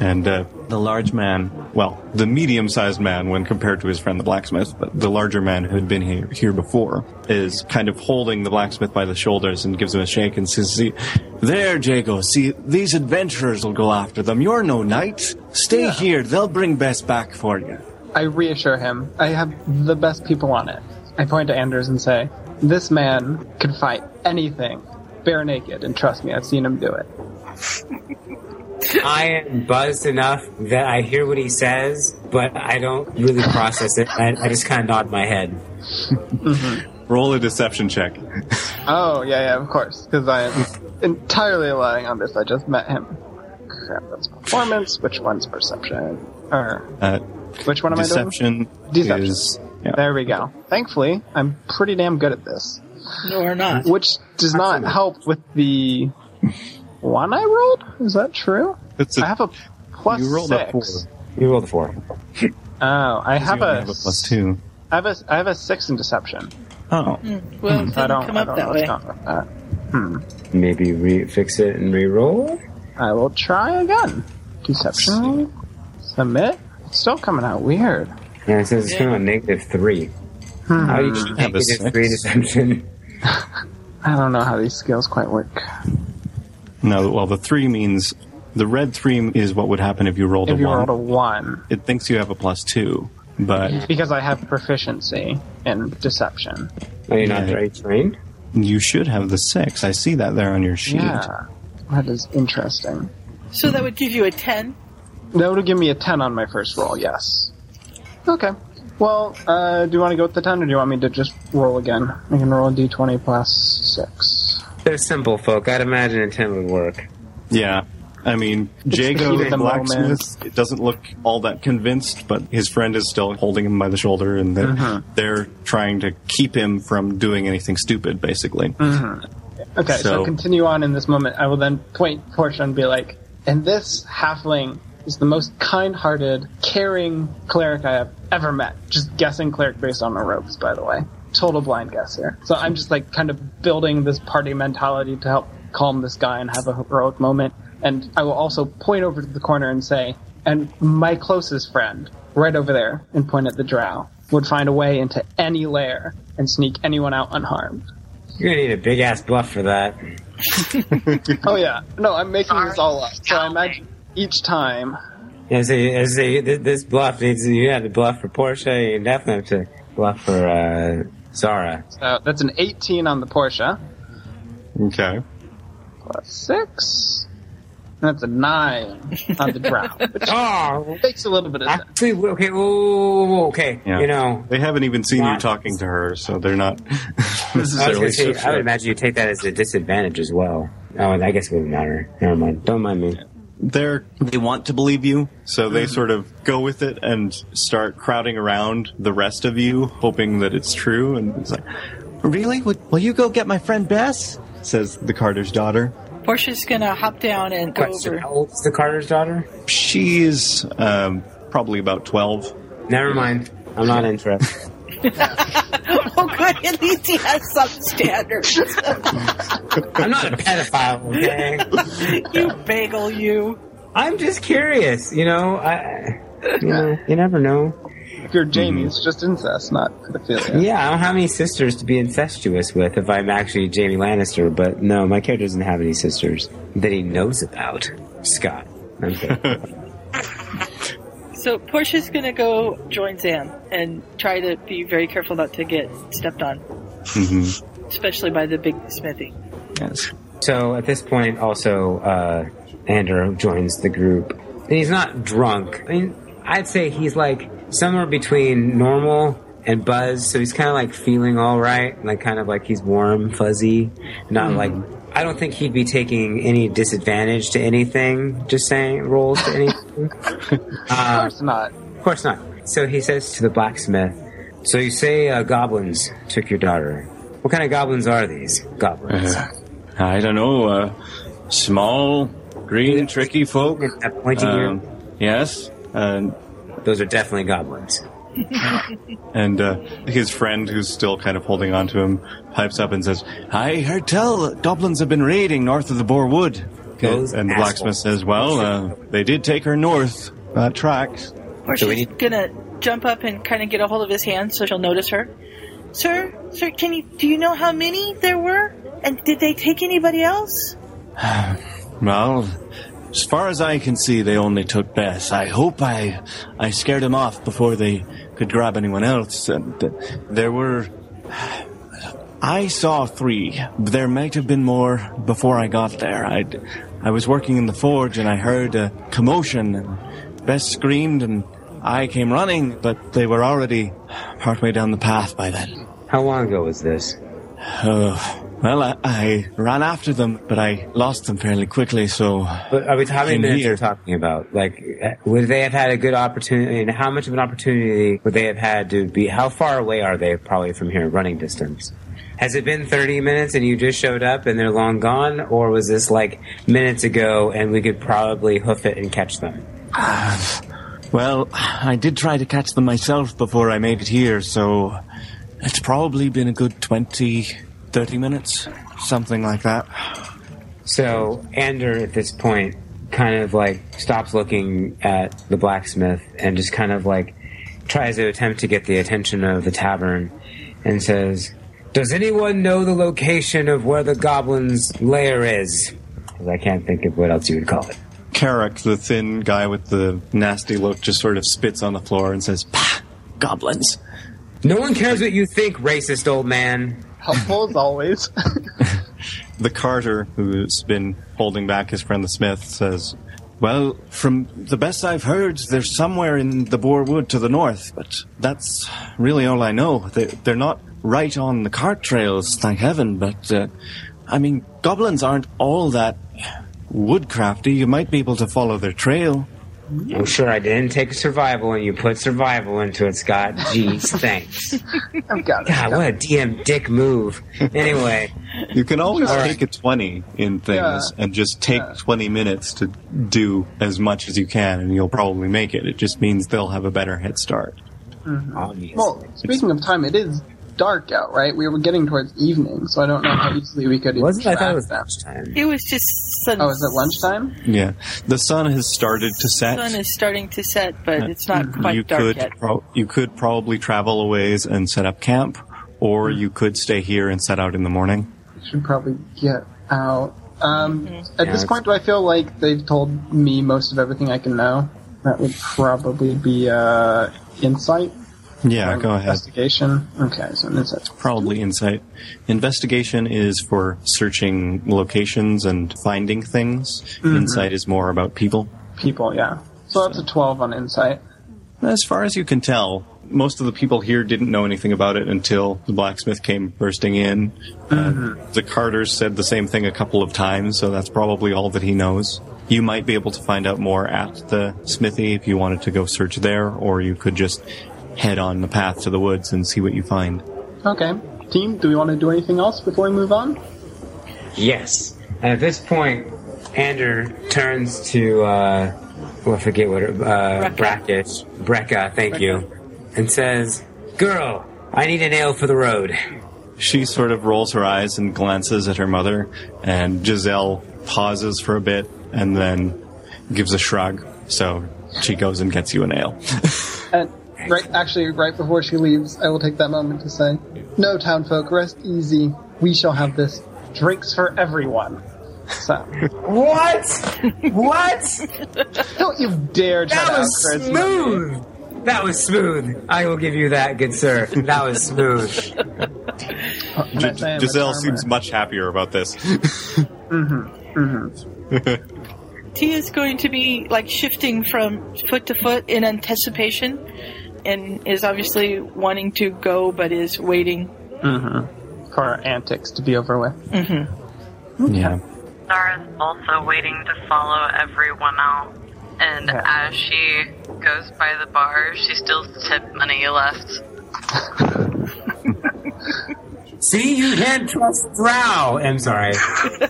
[SPEAKER 10] And uh, the large man, well, the medium sized man when compared to his friend the blacksmith, but the larger man who had been here, here before, is kind of holding the blacksmith by the shoulders and gives him a shake and says, see, There, Jago, see, these adventurers will go after them. You're no knight. Stay here, they'll bring best back for you.
[SPEAKER 4] I reassure him. I have the best people on it. I point to Anders and say, This man can fight anything bare naked, and trust me, I've seen him do it.
[SPEAKER 6] I am buzzed enough that I hear what he says, but I don't really process it. I, I just kind of nod my head.
[SPEAKER 10] Roll a deception check.
[SPEAKER 4] Oh, yeah, yeah, of course, because I am entirely relying on this. I just met him. Crap, that's performance. Which one's perception? Or
[SPEAKER 10] Uh,
[SPEAKER 4] Which one am
[SPEAKER 10] Deception,
[SPEAKER 4] I doing? Deception.
[SPEAKER 10] is yeah.
[SPEAKER 4] There we go. Thankfully, I'm pretty damn good at this.
[SPEAKER 2] No, we're not.
[SPEAKER 4] Which does not help with the one I rolled? Is that true?
[SPEAKER 10] That's
[SPEAKER 4] I have a plus
[SPEAKER 10] you rolled
[SPEAKER 4] six.
[SPEAKER 10] a four.
[SPEAKER 6] You rolled a four.
[SPEAKER 4] Oh, I have
[SPEAKER 10] you only
[SPEAKER 4] a,
[SPEAKER 10] have a plus two.
[SPEAKER 4] I have a, I have a six in deception.
[SPEAKER 10] Oh,
[SPEAKER 2] Well, it
[SPEAKER 4] I
[SPEAKER 2] didn't
[SPEAKER 4] don't,
[SPEAKER 2] come
[SPEAKER 4] I
[SPEAKER 2] up
[SPEAKER 4] don't
[SPEAKER 2] that
[SPEAKER 4] know what's
[SPEAKER 2] way.
[SPEAKER 4] going on Uh, with that.
[SPEAKER 6] Maybe re- fix it and re-roll.
[SPEAKER 4] I will try again. Deception. Submit. It's still coming out weird.
[SPEAKER 6] Yeah, it says it's coming on negative three. How you get
[SPEAKER 10] Have a
[SPEAKER 6] negative three deception?
[SPEAKER 4] I don't know how these skills quite work.
[SPEAKER 10] no. Well, the three means the red three is what would happen if you rolled
[SPEAKER 4] If
[SPEAKER 10] a
[SPEAKER 4] you
[SPEAKER 10] one.
[SPEAKER 4] rolled a one,
[SPEAKER 10] it thinks you have a plus two, but
[SPEAKER 4] because I have proficiency in deception.
[SPEAKER 6] Are you not
[SPEAKER 10] Yeah.
[SPEAKER 6] very trained?
[SPEAKER 10] you should have the six. I see that there on your sheet.
[SPEAKER 4] Yeah, that is interesting.
[SPEAKER 2] So that would give you a 10.
[SPEAKER 4] That would give me a 10 on my first roll, yes. Okay. Well, uh, do you want to go with the 10 or do you want me to just roll again? I can roll a d20 plus 6.
[SPEAKER 6] They're simple folk. I'd imagine a ten would work.
[SPEAKER 10] Yeah. I mean,
[SPEAKER 4] the heat
[SPEAKER 10] Jago
[SPEAKER 4] of
[SPEAKER 10] the
[SPEAKER 4] the
[SPEAKER 10] blacksmith it doesn't look all that convinced, but his friend is still holding him by the shoulder, and they're,
[SPEAKER 4] Uh-huh.
[SPEAKER 10] they're trying to keep him from doing anything stupid, basically.
[SPEAKER 4] Uh-huh. Okay, so,
[SPEAKER 10] So-
[SPEAKER 4] continue on in this moment. I will then point Portia and be like, and this halfling is the most kind hearted, caring cleric I have ever met. Just guessing cleric based on the ropes, by the way. Total blind guess here. So I'm just like kind of building this party mentality to help calm this guy and have a heroic moment. And I will also point over to the corner and say, and my closest friend, right over there, and point at the drow, would find a way into any lair and sneak anyone out unharmed.
[SPEAKER 6] You're gonna need a big ass bluff for that.
[SPEAKER 4] Oh yeah, no, I'm making this
[SPEAKER 7] Sorry.
[SPEAKER 4] all up. So I imagine each time.
[SPEAKER 6] As a, as a, th- this bluff needs you had to bluff for Portia. You definitely have to bluff for uh, Zara.
[SPEAKER 4] So that's an 18 on the Porsche
[SPEAKER 10] Okay.
[SPEAKER 4] plus six. And that's a nine on the drow, which
[SPEAKER 6] Oh,
[SPEAKER 4] makes a little bit of sense.
[SPEAKER 6] actually, okay. Oh, okay.
[SPEAKER 10] Yeah.
[SPEAKER 6] You know,
[SPEAKER 10] They haven't even seen you
[SPEAKER 6] Not-
[SPEAKER 10] talking to her, so they're not
[SPEAKER 6] I, was
[SPEAKER 10] necessarily.
[SPEAKER 6] gonna say, I would
[SPEAKER 10] sure.
[SPEAKER 6] imagine you take that as a disadvantage as well. Oh, and I guess it wouldn't matter. Never mind. Don't mind me.
[SPEAKER 10] They're, they want to believe you, Mm-hmm. so they sort of go with it and start crowding around the rest of you, hoping that it's true. And it's like, really? Would, will you go get my friend Bess? Says the Carter's daughter.
[SPEAKER 2] Portia's gonna hop down and go
[SPEAKER 6] Question:
[SPEAKER 2] over.
[SPEAKER 6] How old is the Carter's daughter?
[SPEAKER 10] She's um, probably about 12.
[SPEAKER 6] Never mind. I'm not interested.
[SPEAKER 2] Oh, good. At least he has some standards.
[SPEAKER 6] I'm not a pedophile. Okay.
[SPEAKER 2] you bagel, you.
[SPEAKER 6] I'm just curious. You know, I. You know, you never know.
[SPEAKER 4] If
[SPEAKER 6] Mm-hmm.
[SPEAKER 4] you're Jamie, it's just incest, not pedophilia.
[SPEAKER 6] Yeah, I don't have any sisters to be incestuous with if I'm actually Jamie Lannister, but no, my character doesn't have any sisters that he knows about. Scott. I'm kidding.
[SPEAKER 2] So Portia's gonna go join Zan and try to be very careful not to get stepped on,
[SPEAKER 10] Mm-hmm.
[SPEAKER 2] especially by the big smithy.
[SPEAKER 10] Yes.
[SPEAKER 6] so at this point, also, uh, Andrew joins the group. And he's not drunk. I mean, I'd say he's like somewhere between normal and buzz, so he's kind of like feeling all right, like kind of like he's warm, fuzzy, not like. I don't think he'd be taking any disadvantage to anything, just saying rolls to anything.
[SPEAKER 4] Of course not.
[SPEAKER 6] Of course not. So he says to the blacksmith, So you say uh, goblins took your daughter. What kind of goblins are these? Goblins.
[SPEAKER 10] I don't know. Uh, small, green, tricky folk.
[SPEAKER 6] That pointy ear.
[SPEAKER 10] Um, yes. And
[SPEAKER 6] Those are definitely goblins.
[SPEAKER 10] and uh, his friend, who's still kind of holding on to him, pipes up and says, "I heard tell that goblins have been raiding north of the Boar Wood."
[SPEAKER 6] Those
[SPEAKER 10] and the blacksmith
[SPEAKER 6] assholes.
[SPEAKER 10] says, "Well, uh, they did take her north. That tracks."
[SPEAKER 6] So we
[SPEAKER 2] Portia's
[SPEAKER 6] need-
[SPEAKER 2] gonna jump up and kind of get a hold of his hand so she'll notice her. Sir, sir, can you do you know how many there were? And did they take anybody else?
[SPEAKER 10] Well, as far as I can see, they only took Bess. I hope I, I scared them off before they could grab anyone else. And th- there were, I saw three. There might have been more before I got there. I, I was working in the forge and I heard a commotion and Bess screamed and I came running, but they were already partway down the path by then.
[SPEAKER 6] How long ago was this?
[SPEAKER 10] Oh, Well, I, I ran after them, but I lost them fairly quickly, so.
[SPEAKER 6] But are we how many
[SPEAKER 10] In
[SPEAKER 6] minutes
[SPEAKER 10] here.
[SPEAKER 6] are we talking about? Like, eh, would they have had a good opportunity? And how much of an opportunity would they have had to be? How far away are they probably from here, running distance? Has it been 30 minutes and you just showed up and they're long gone? Or was this like minutes ago and we could probably hoof it and catch them?
[SPEAKER 10] Well, I did try to catch them myself before I made it here, so it's probably been a good 20, 30 minutes, something like that.
[SPEAKER 6] So, Ander at this point kind of like stops looking at the blacksmith and just kind of like tries to attempt to get the attention of the tavern and says, Does anyone know the location of where the goblin's lair is? Because I can't think of what else you would call it.
[SPEAKER 10] Carrick, the thin guy with the nasty look, just sort of spits on the floor and says, Pah! Goblins!
[SPEAKER 6] No one cares what you think, racist old man.
[SPEAKER 4] Helpful as always.
[SPEAKER 10] The carter, who's been holding back his friend the smith, says, Well, from the best I've heard, they're somewhere in the Boar Wood to the north, but that's really all I know. They- They're not right on the cart trails, thank heaven, but, uh, I mean, goblins aren't all that woodcrafty. You might be able to follow their trail.
[SPEAKER 6] I'm "Oh, sure I didn't take survival and you put survival into it, Scott. Jeez, thanks.
[SPEAKER 4] I've got it.
[SPEAKER 6] God, what a DM dick move. Anyway.
[SPEAKER 10] You can always
[SPEAKER 4] All right.
[SPEAKER 10] take a 20 in things and just take 20 minutes to do as much as you can, and you'll probably make it. It just means they'll have a better head start.
[SPEAKER 6] Obviously.
[SPEAKER 4] Well, speaking of time, it is dark out, right? We were getting towards evening, so I don't know how easily we could. even
[SPEAKER 6] wasn't I thought
[SPEAKER 4] track
[SPEAKER 6] it was
[SPEAKER 4] them.
[SPEAKER 6] lunchtime.
[SPEAKER 2] It was just sun.
[SPEAKER 4] Oh, is it lunchtime?
[SPEAKER 10] Yeah. The sun has started to set.
[SPEAKER 2] sun is starting to set, but it's not quite
[SPEAKER 10] Mm-hmm. you
[SPEAKER 2] dark
[SPEAKER 10] could
[SPEAKER 2] yet.
[SPEAKER 10] pro- you could probably travel a ways and set up camp, or
[SPEAKER 2] Hmm.
[SPEAKER 10] you could stay here and set out in the morning.
[SPEAKER 4] Should probably get out. Um, At
[SPEAKER 6] Yeah,
[SPEAKER 4] this
[SPEAKER 6] it's-
[SPEAKER 4] point, do I feel like they've told me most of everything I can know? That would probably be uh, insight.
[SPEAKER 10] Yeah,
[SPEAKER 4] or
[SPEAKER 10] go ahead.
[SPEAKER 4] Investigation. Okay, so insight.
[SPEAKER 10] Um, Probably insight. Investigation is for searching locations and finding things. Insight is more about people.
[SPEAKER 4] People, yeah. So that's a twelve on insight.
[SPEAKER 10] As far as you can tell, most of the people here didn't know anything about it until the blacksmith came bursting in. Uh, the Carter said the same thing a couple of times, so that's probably all that he knows. You might be able to find out more at the smithy if you wanted to go search there, or you could just head on the path to the woods and see what you find.
[SPEAKER 4] Okay, team. Do we want to do anything else before we move on?
[SPEAKER 6] Yes. And at this point, Ander turns to, uh, well, I forget what her, uh, Brackish, Brecca, thank you, and says, Girl, I need a nail for the road.
[SPEAKER 10] She sort of rolls her eyes and glances at her mother, and Giselle pauses for a bit and then gives a shrug, so she goes and gets you a nail.
[SPEAKER 4] And right, actually, right before she leaves, I will take that moment to say, "No, townfolk, rest easy. We shall have this. Drinks for everyone." So,
[SPEAKER 6] What? what?
[SPEAKER 4] don't you dare try
[SPEAKER 6] That
[SPEAKER 4] to
[SPEAKER 6] was
[SPEAKER 4] outcharisma me.
[SPEAKER 6] smooth. That was smooth. I will give you that, good sir. That was smooth.
[SPEAKER 4] And I say I'm a
[SPEAKER 10] Giselle
[SPEAKER 4] charmer.
[SPEAKER 10] seems much happier about this.
[SPEAKER 2] Tia is going to be like shifting from foot to foot in anticipation, and is obviously wanting to go, but is waiting.
[SPEAKER 4] for our antics to be over with.
[SPEAKER 10] yeah.
[SPEAKER 7] Zara's also waiting to follow everyone out. And as she goes by the bar, she still has tip money left.
[SPEAKER 6] See, you can't trust Drow. I'm sorry.
[SPEAKER 2] Uh,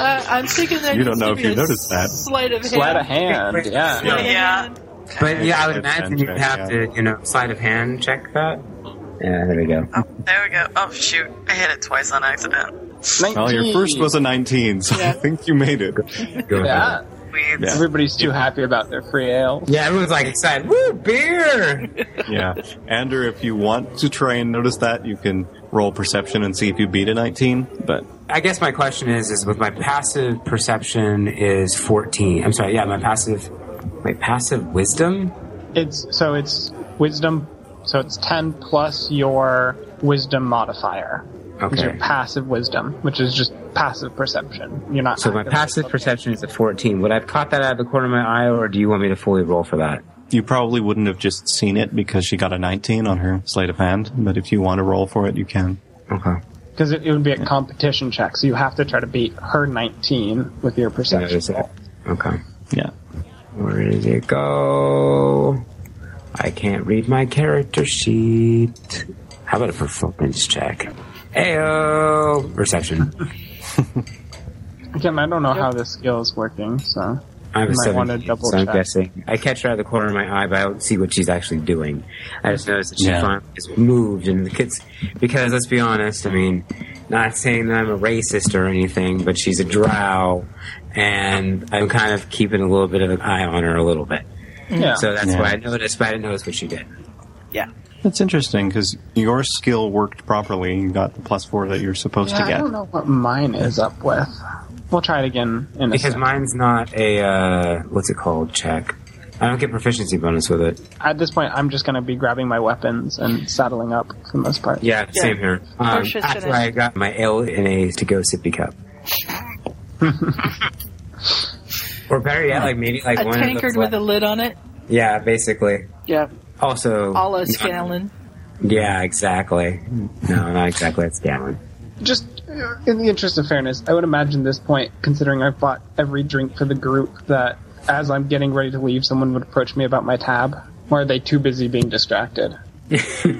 [SPEAKER 2] I'm thinking that
[SPEAKER 10] You don't
[SPEAKER 2] needs to
[SPEAKER 10] know if
[SPEAKER 2] be
[SPEAKER 10] you
[SPEAKER 2] a
[SPEAKER 10] noticed that.
[SPEAKER 2] Sleight of hand.
[SPEAKER 4] Sleight of hand, yeah.
[SPEAKER 2] Sleight of
[SPEAKER 7] Yeah.
[SPEAKER 2] hand.
[SPEAKER 6] But yeah, I would
[SPEAKER 10] Sleight of
[SPEAKER 6] imagine
[SPEAKER 10] hand
[SPEAKER 6] you'd
[SPEAKER 10] check,
[SPEAKER 6] have
[SPEAKER 10] yeah.
[SPEAKER 6] to, you know, sleight of hand check that. Yeah, there we go.
[SPEAKER 7] There we go. Oh, shoot. I hit it twice on accident.
[SPEAKER 4] 19.
[SPEAKER 10] Well, your first was a 19, so I
[SPEAKER 2] Yeah.
[SPEAKER 10] think you made it.
[SPEAKER 6] Go ahead.
[SPEAKER 4] Yeah.
[SPEAKER 7] Weird.
[SPEAKER 10] Yeah.
[SPEAKER 4] Everybody's too happy about their free ale.
[SPEAKER 6] Yeah, everyone's like excited. Woo, beer!
[SPEAKER 10] Yeah. Ander, if you want to try and notice that, you can roll perception and see if you beat a 19. But
[SPEAKER 6] I guess my question is, is with my passive perception is 14. I'm sorry, yeah, my passive, my passive wisdom?
[SPEAKER 4] It's so it's wisdom. So it's ten plus your wisdom modifier. It's your
[SPEAKER 6] Okay.
[SPEAKER 4] passive wisdom, which is just passive perception. You're not.
[SPEAKER 6] So my
[SPEAKER 4] actively
[SPEAKER 6] passive
[SPEAKER 4] looking.
[SPEAKER 6] perception is a 14. Would I have caught that out of the corner of my eye, or do you want me to fully roll for that?
[SPEAKER 10] you probably wouldn't have just seen it because she got a 19 on her sleight of hand. But if you want to roll for it, you can.
[SPEAKER 6] Okay.
[SPEAKER 4] because it, it would be a competition check, so you have to try to beat her 19 with your perception.
[SPEAKER 6] Is it?
[SPEAKER 4] roll.
[SPEAKER 6] Okay.
[SPEAKER 10] Yeah.
[SPEAKER 6] Where did it go? I can't read my character sheet. How about a performance check? Ayo! Perception.
[SPEAKER 4] Again, I don't know how this skill is working, so
[SPEAKER 6] I have a
[SPEAKER 4] You might wanna
[SPEAKER 6] 17,
[SPEAKER 4] double
[SPEAKER 6] so I'm
[SPEAKER 4] check.
[SPEAKER 6] guessing. I catch her out of the corner of my eye, but I don't see what she's actually doing. I just noticed that she
[SPEAKER 10] Yeah.
[SPEAKER 6] finally has moved, and the kids. Because let's be honest, I mean, not saying that I'm a racist or anything, but she's a drow, and I'm kind of keeping a little bit of an eye on her a little bit.
[SPEAKER 4] yeah.
[SPEAKER 6] So that's
[SPEAKER 10] Yeah.
[SPEAKER 6] why I noticed, but I didn't notice what she did.
[SPEAKER 10] That's interesting because your skill worked properly. You got the plus four that you're supposed
[SPEAKER 4] Yeah,
[SPEAKER 10] to
[SPEAKER 4] I
[SPEAKER 10] get.
[SPEAKER 4] don't know what mine is up with. We'll try it again in a
[SPEAKER 6] Because
[SPEAKER 4] second.
[SPEAKER 6] mine's not a uh, what's it called check. I don't get proficiency bonus with it.
[SPEAKER 4] At this point, I'm just going to be grabbing my weapons and saddling up for the most part.
[SPEAKER 6] Yeah,
[SPEAKER 2] Yeah.
[SPEAKER 6] same here. Um,
[SPEAKER 2] Portia's
[SPEAKER 6] that's
[SPEAKER 2] gonna-
[SPEAKER 6] why I got my L and A's to go sippy cup. or better yet, like maybe like
[SPEAKER 2] A
[SPEAKER 6] one
[SPEAKER 2] tankard
[SPEAKER 6] of those,
[SPEAKER 2] with a
[SPEAKER 6] like-
[SPEAKER 2] lid on it.
[SPEAKER 6] yeah, basically.
[SPEAKER 2] Yeah, a
[SPEAKER 6] Also,
[SPEAKER 2] la
[SPEAKER 6] not-
[SPEAKER 2] Scanlan.
[SPEAKER 6] Yeah, exactly. No, not exactly. It's Scanlan.
[SPEAKER 4] Just uh, in the interest of fairness, I would imagine this point, considering I've bought every drink for the group, that as I'm getting ready to leave, someone would approach me about my tab. Or are they too busy being distracted?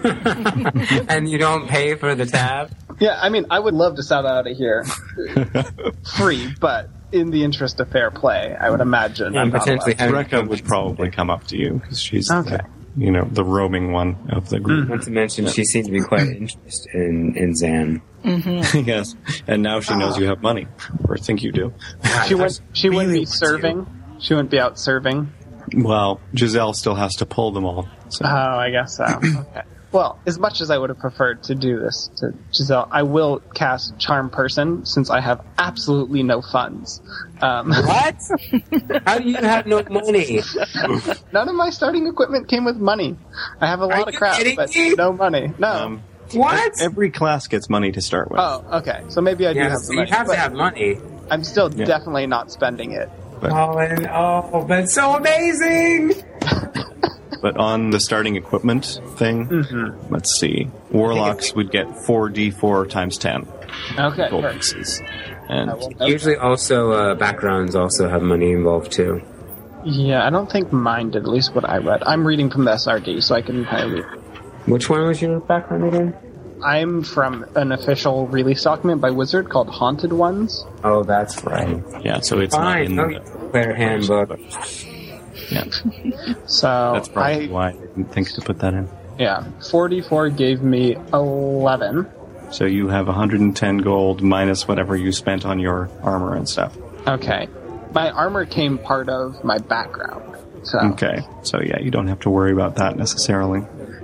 [SPEAKER 6] and you don't pay for the tab.
[SPEAKER 4] Yeah, I mean, I would love to saddle out of here free, but in the interest of fair play, I would imagine.
[SPEAKER 6] And
[SPEAKER 4] I'm not
[SPEAKER 6] potentially
[SPEAKER 4] allowed.
[SPEAKER 6] having
[SPEAKER 10] Rekka would probably come up to you because she's
[SPEAKER 4] Okay.
[SPEAKER 10] the, you know the roaming one of the group.
[SPEAKER 6] Not to mention, she seemed to be quite interested in in Zan.
[SPEAKER 10] yes, and now she knows you have money, or think you do.
[SPEAKER 6] Ah,
[SPEAKER 4] She, would, she wouldn't be serving. She wouldn't be out serving.
[SPEAKER 10] Well, Giselle still has to pull them all. So.
[SPEAKER 4] Oh, I guess so. Okay. Well, as much as I would have preferred to do this to Giselle, I will cast Charm Person since I have absolutely no funds. Um,
[SPEAKER 6] What? How do you have no money?
[SPEAKER 4] none of my starting equipment came with money. I have a lot
[SPEAKER 6] Are
[SPEAKER 4] of
[SPEAKER 6] you
[SPEAKER 4] crap,
[SPEAKER 6] kidding
[SPEAKER 4] but
[SPEAKER 6] me?
[SPEAKER 4] no money. No.
[SPEAKER 10] Um,
[SPEAKER 6] What?
[SPEAKER 10] Every class gets money to start with.
[SPEAKER 4] oh, okay. So maybe I do
[SPEAKER 6] Yeah,
[SPEAKER 4] have
[SPEAKER 6] so
[SPEAKER 4] the
[SPEAKER 6] you
[SPEAKER 4] money.
[SPEAKER 6] have to
[SPEAKER 4] but
[SPEAKER 6] have money.
[SPEAKER 4] I'm still
[SPEAKER 10] Yeah.
[SPEAKER 4] definitely not spending it.
[SPEAKER 6] Colin, oh, that's so amazing!
[SPEAKER 10] But on the starting equipment thing,
[SPEAKER 4] Mm-hmm.
[SPEAKER 10] let's see. Warlocks would get 4d4 times 10
[SPEAKER 4] Okay.
[SPEAKER 10] gold
[SPEAKER 4] perfect.
[SPEAKER 10] pieces. And
[SPEAKER 4] I will-
[SPEAKER 6] Usually, also uh, backgrounds also have money involved too.
[SPEAKER 4] Yeah, I don't think mine did, at least what I read. I'm reading from the SRD, so I can entirely
[SPEAKER 6] Which one was your background again?
[SPEAKER 4] I'm from an official release document by Wizard called Haunted Ones.
[SPEAKER 6] Oh, that's right.
[SPEAKER 10] yeah, so it's not
[SPEAKER 6] Fine,
[SPEAKER 10] in the
[SPEAKER 6] okay. player handbook.
[SPEAKER 10] Yeah,
[SPEAKER 4] So
[SPEAKER 10] that's probably
[SPEAKER 4] Oh, I,
[SPEAKER 10] why I didn't think to put that in.
[SPEAKER 4] yeah, 44 gave me 11.
[SPEAKER 10] So you have 110 gold minus whatever you spent on your armor and stuff.
[SPEAKER 4] Okay. My armor came part of my background. So
[SPEAKER 10] Okay, so yeah, you don't have to worry about that necessarily.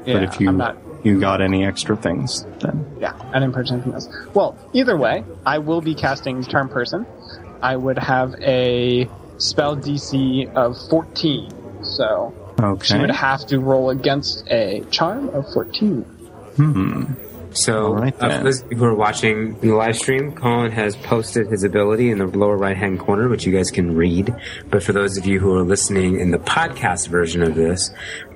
[SPEAKER 4] Yeah,
[SPEAKER 10] but if you
[SPEAKER 4] I'm not-
[SPEAKER 10] you got any extra things, then
[SPEAKER 4] yeah, I didn't purchase anything else. Well, either way, I will be casting Charm Person. I would have a spell DC of 14. So she
[SPEAKER 10] okay.
[SPEAKER 4] would have to roll against a charm of 14.
[SPEAKER 6] So,
[SPEAKER 10] All right,
[SPEAKER 6] uh,
[SPEAKER 10] then.
[SPEAKER 6] for those of you who are watching in the live stream, Colin has posted his ability in the lower right hand corner, which you guys can read. But for those of you who are listening in the podcast version of this,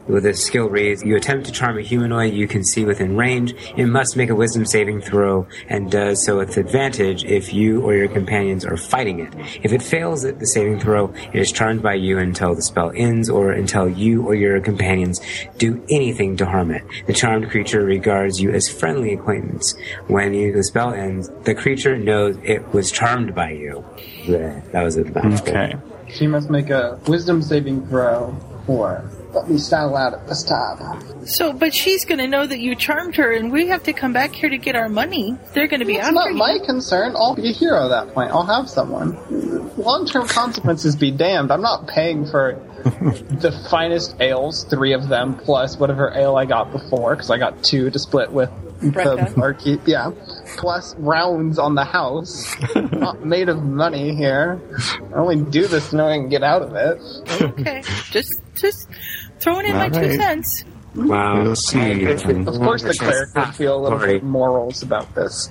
[SPEAKER 6] with this skill reads, you attempt to charm a humanoid you can see within range. It must make a wisdom saving throw and does so with advantage if you or your companions are fighting it. If it fails at the saving throw, it is charmed by you until the spell ends or until you or your companions do anything to harm it. The charmed creature regards you as friendly acquaintance. When you, the spell ends, the creature knows it was charmed by you. Bleh, That was a mouthful.
[SPEAKER 10] okay.
[SPEAKER 4] She must make a wisdom saving throw or let me style out at this time.
[SPEAKER 2] So, but she's going to know that you charmed her, and we have to come back here to get our money. They're going to be
[SPEAKER 4] It's
[SPEAKER 2] after
[SPEAKER 4] not
[SPEAKER 2] you.
[SPEAKER 4] my concern. I'll be a hero at that point. I'll have someone. Long term consequences be damned. I'm not paying for the finest ales, three of them, plus whatever ale I got before, because I got two to split with the
[SPEAKER 2] Brecca.
[SPEAKER 4] barkeep. Yeah. Plus rounds on the house. not made of money here. I only do this knowing I can get out of it.
[SPEAKER 2] Okay, just just throwing in my
[SPEAKER 10] All
[SPEAKER 2] two
[SPEAKER 10] right.
[SPEAKER 2] cents.
[SPEAKER 6] Wow.
[SPEAKER 10] We'll see.
[SPEAKER 4] Of course, the cleric would feel a little bit
[SPEAKER 6] Mm, Sorry.
[SPEAKER 4] of morals about this.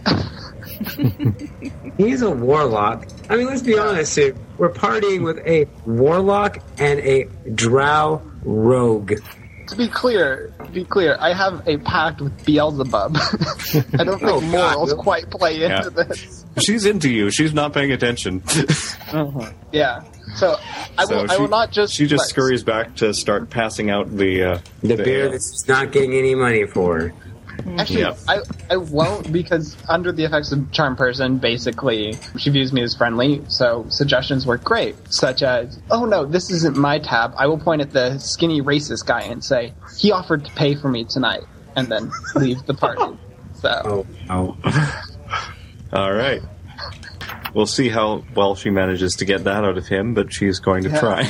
[SPEAKER 6] He's a warlock. I mean, let's be honest here. We're partying with a warlock and a drow rogue.
[SPEAKER 4] To be clear, to be clear, I have a pact with Beelzebub. I don't think morals quite play into
[SPEAKER 10] Oh, Yeah.
[SPEAKER 4] this.
[SPEAKER 10] She's into you. She's not paying attention.
[SPEAKER 4] Yeah. So I
[SPEAKER 10] So
[SPEAKER 4] will. I will not just.
[SPEAKER 10] She just
[SPEAKER 4] but-
[SPEAKER 10] scurries back to start passing out the uh,
[SPEAKER 6] The beer that's not getting any money for.
[SPEAKER 4] Actually,
[SPEAKER 10] Yeah.
[SPEAKER 4] I, I won't because under the effects of charm person, basically she views me as friendly. So suggestions work great, such as, "Oh no, this isn't my tab." I will point at the skinny racist guy and say, "He offered to pay for me tonight," and then leave the party. So
[SPEAKER 6] Oh, oh.
[SPEAKER 10] All right. We'll see how well she manages to get that out of him, but she's going to try.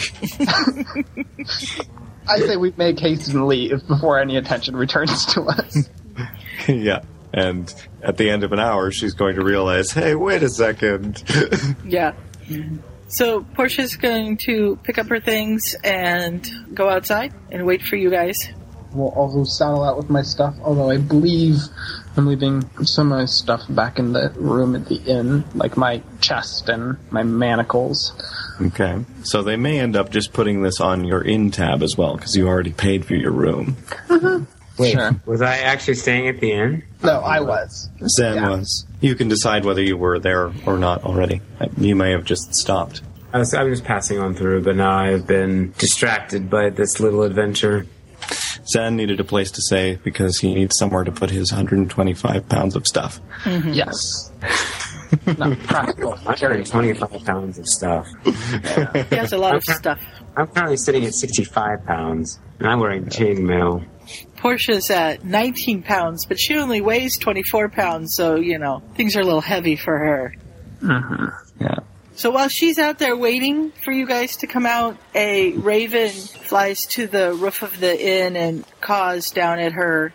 [SPEAKER 4] I say we make haste and leave before any attention returns to us.
[SPEAKER 10] yeah. And at the end of an hour, she's going to realize, hey, wait a second.
[SPEAKER 2] Yeah. So Portia's going to pick up her things and go outside and wait for you guys.
[SPEAKER 4] We'll also saddle out with my stuff, although I believe I'm leaving some of my stuff back in the room at the inn, like my chest and my manacles.
[SPEAKER 10] okay. So they may end up just putting this on your in tab as well, because you already paid for your room.
[SPEAKER 6] Wait,
[SPEAKER 4] Sure.
[SPEAKER 6] was I actually staying at the inn?
[SPEAKER 4] No, I was.
[SPEAKER 10] Zen was. You can decide whether you were there or not already. You may have just stopped.
[SPEAKER 6] I was, I'm just passing on through, but now I've been distracted by this little adventure.
[SPEAKER 10] Zen needed a place to stay because he needs somewhere to put his 125 pounds of stuff.
[SPEAKER 4] Yes. Not practical.
[SPEAKER 6] I'm carrying 25 pounds of stuff.
[SPEAKER 2] He has a lot of stuff.
[SPEAKER 6] I'm currently sitting at 65 pounds, and I'm wearing chainmail.
[SPEAKER 2] Portia's at 19 pounds, but she only weighs 24 pounds, so, you know, things are a little heavy for her.
[SPEAKER 10] Yeah.
[SPEAKER 2] So while she's out there waiting for you guys to come out, a raven flies to the roof of the inn and caws down at her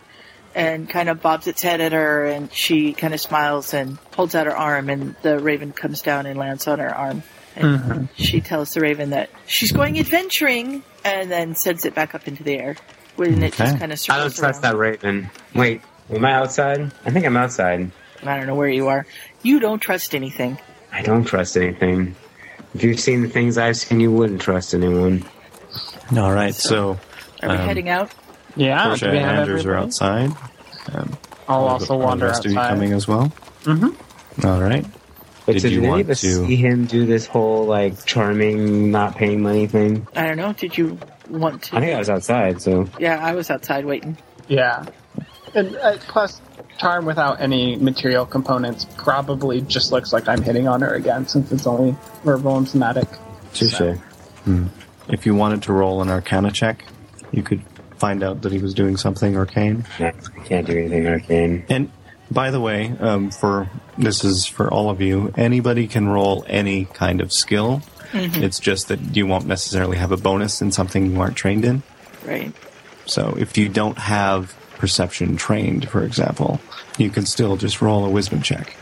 [SPEAKER 2] and kind of bobs its head at her and she kind of smiles and holds out her arm and the raven comes down and lands on her arm. And
[SPEAKER 10] Mm-hmm.
[SPEAKER 2] she tells the raven that she's going adventuring and then sends it back up into the air. When it just
[SPEAKER 10] Okay.
[SPEAKER 2] kind of
[SPEAKER 6] I don't
[SPEAKER 2] circles
[SPEAKER 6] trust
[SPEAKER 2] around.
[SPEAKER 6] that raven. Wait, am I outside? I think I'm outside.
[SPEAKER 2] I don't know where you are. You don't trust anything.
[SPEAKER 6] I don't trust anything. If you've seen the things I've seen, you wouldn't trust anyone.
[SPEAKER 10] All right. So,
[SPEAKER 2] Are we
[SPEAKER 10] Um,
[SPEAKER 2] heading out?
[SPEAKER 4] Yeah. Oh,
[SPEAKER 10] Portia
[SPEAKER 4] do we
[SPEAKER 10] and
[SPEAKER 4] have
[SPEAKER 10] Andrews are
[SPEAKER 4] everybody?
[SPEAKER 10] outside.
[SPEAKER 4] I'll also
[SPEAKER 10] Are the
[SPEAKER 4] wander
[SPEAKER 10] rest of you
[SPEAKER 4] outside.
[SPEAKER 10] coming as well? Mm-hmm. All right.
[SPEAKER 6] But
[SPEAKER 10] Did
[SPEAKER 6] did,
[SPEAKER 10] you
[SPEAKER 6] any
[SPEAKER 10] want
[SPEAKER 6] of us
[SPEAKER 10] to-
[SPEAKER 6] see him do this whole like charming, not paying money thing?
[SPEAKER 2] I don't know. Did you want to?
[SPEAKER 6] I think I was outside, so
[SPEAKER 2] yeah, I was outside waiting.
[SPEAKER 4] Yeah. And uh, plus, charm without any material components probably just looks like I'm hitting on her again, since it's only verbal and somatic.
[SPEAKER 6] touche.
[SPEAKER 10] If you wanted to roll an Arcana check, you could find out that he was doing something arcane.
[SPEAKER 6] Yeah, I can't do anything arcane.
[SPEAKER 10] And by the way, um, for this is for all of you. Anybody can roll any kind of skill. It's just that you won't necessarily have a bonus in something you aren't trained in.
[SPEAKER 2] Right.
[SPEAKER 10] So if you don't have perception trained, for example, you can still just roll a wisdom check.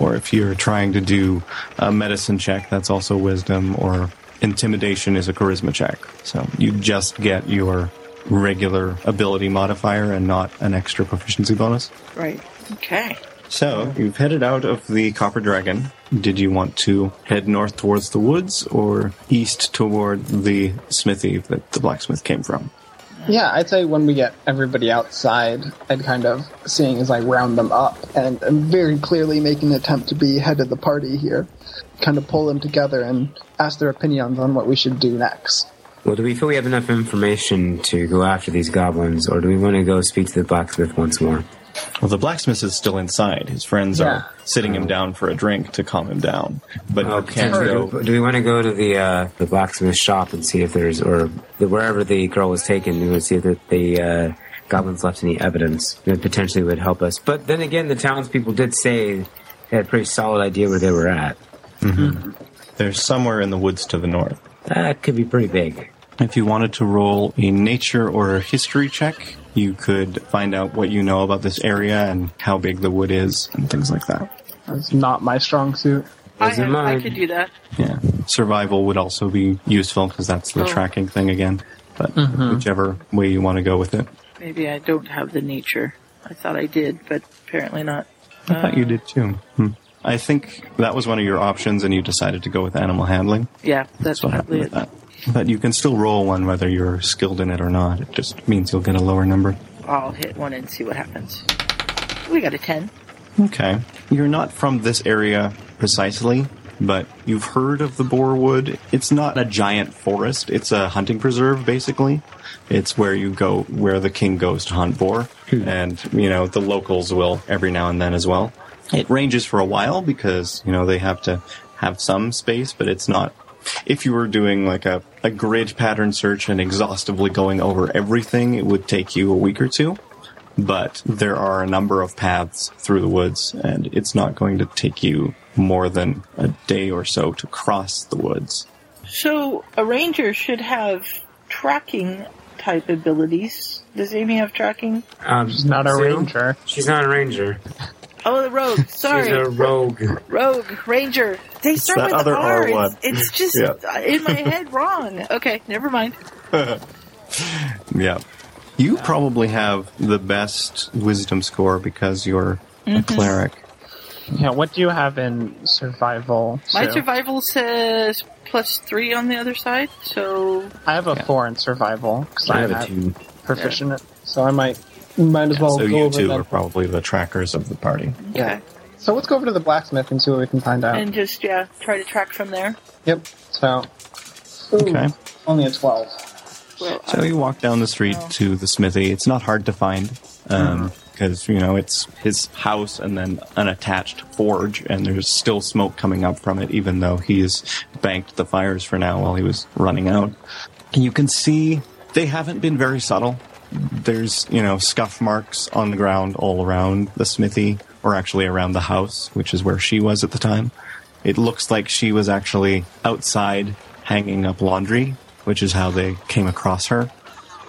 [SPEAKER 10] Or if you're trying to do a medicine check, that's also wisdom, or intimidation is a charisma check. So you just get your regular ability modifier and not an extra proficiency bonus.
[SPEAKER 2] Right. Okay.
[SPEAKER 10] So you've headed out of the Copper Dragon. Did you want to head north towards the woods or east toward the smithy that the blacksmith came from?
[SPEAKER 4] Yeah, I'd say when we get everybody outside, I'd kind of, seeing as I round them up, and I'm very clearly making an attempt to be head of the party here, kind of pull them together and ask their opinions on what we should do next.
[SPEAKER 6] Well, do we feel we have enough information to go after these goblins, or do we want to go speak to the blacksmith once more?
[SPEAKER 10] Well, the blacksmith is still inside. His friends
[SPEAKER 4] Yeah.
[SPEAKER 10] are sitting him down for a drink to calm him down. But you
[SPEAKER 6] Okay.
[SPEAKER 10] can't go.
[SPEAKER 6] Do, do we want to go to the uh, the blacksmith shop and see if there's or the, wherever the girl was taken? We would see if the, the uh, goblins left any evidence that potentially would help us. But then again, the townspeople did say they had a pretty solid idea where they were at.
[SPEAKER 10] There's somewhere in the woods to the north.
[SPEAKER 6] That could be pretty big.
[SPEAKER 10] If you wanted to roll a nature or a history check, you could find out what you know about this area and how big the wood is and things like that.
[SPEAKER 4] That's not my strong suit.
[SPEAKER 2] I,
[SPEAKER 6] Wasn't
[SPEAKER 2] have- I
[SPEAKER 6] mine.
[SPEAKER 2] could do that.
[SPEAKER 10] Yeah. Survival would also be useful because that's the
[SPEAKER 2] Oh.
[SPEAKER 10] tracking thing again. But whichever way you want to go with it.
[SPEAKER 2] Maybe I don't have the nature. I thought I did, but apparently not.
[SPEAKER 10] I thought you did too. Hmm. I think that was one of your options and you decided to go with animal handling.
[SPEAKER 2] Yeah,
[SPEAKER 10] That's
[SPEAKER 2] that's
[SPEAKER 10] what happened
[SPEAKER 2] probably
[SPEAKER 10] with
[SPEAKER 2] it.
[SPEAKER 10] that. But you can still roll one whether you're skilled in it or not. It just means you'll get a lower number.
[SPEAKER 2] I'll hit one and see what happens. We got a 10.
[SPEAKER 10] Okay. You're not from this area precisely, but you've heard of the Boarwood. It's not a giant forest, it's a hunting preserve, basically. It's where you go, where the king goes to hunt boar, and, you know, the locals will every now and then as well. It ranges for a while because, you know, they have to have some space, but it's not. If you were doing like a, a grid pattern search and exhaustively going over everything, it would take you a week or two but there are a number of paths through the woods, and it's not going to take you more than a day or so to cross the woods.
[SPEAKER 2] So a ranger should have tracking type abilities. Does Amy have tracking?
[SPEAKER 12] Um,
[SPEAKER 4] She's not a
[SPEAKER 12] Sue?
[SPEAKER 4] ranger.
[SPEAKER 12] She's not a ranger.
[SPEAKER 2] Oh, the rogue. Sorry.
[SPEAKER 12] She's a rogue.
[SPEAKER 2] Rogue, ranger. They start
[SPEAKER 10] that
[SPEAKER 2] with
[SPEAKER 10] other
[SPEAKER 2] R.
[SPEAKER 10] R
[SPEAKER 2] It's,
[SPEAKER 10] one.
[SPEAKER 2] it's just
[SPEAKER 10] Yeah.
[SPEAKER 2] in my head wrong. Okay, never mind.
[SPEAKER 10] Yeah. You probably have the best wisdom score because you're
[SPEAKER 4] Mm-hmm.
[SPEAKER 10] a cleric.
[SPEAKER 4] Yeah, what do you have in survival?
[SPEAKER 2] My
[SPEAKER 4] Sue?
[SPEAKER 2] survival says plus three on the other side, so
[SPEAKER 4] I have a four in survival because
[SPEAKER 12] I
[SPEAKER 4] I
[SPEAKER 12] have
[SPEAKER 4] am
[SPEAKER 12] a two.
[SPEAKER 4] proficient, at- so I might might as well
[SPEAKER 10] so
[SPEAKER 4] go
[SPEAKER 10] you
[SPEAKER 4] over
[SPEAKER 10] two
[SPEAKER 4] that.
[SPEAKER 10] are probably the trackers of the party.
[SPEAKER 4] Yeah. So let's go over to the blacksmith and see what we can find out.
[SPEAKER 10] Oh.
[SPEAKER 2] and just yeah, try to track from there.
[SPEAKER 4] yep. So, ooh,
[SPEAKER 10] Okay.
[SPEAKER 4] only a twelve.
[SPEAKER 2] Well,
[SPEAKER 10] So you walk down the street to the smithy. It's not hard to find because you know it's his house and then an attached forge, and there's still smoke coming up from it, even though he's banked the fires for now while he was running out. And you can see they haven't been very subtle. There's you know scuff marks on the ground all around the smithy, or actually around the house, which is where she was at the time. It looks like she was actually outside hanging up laundry, which is how they came across her.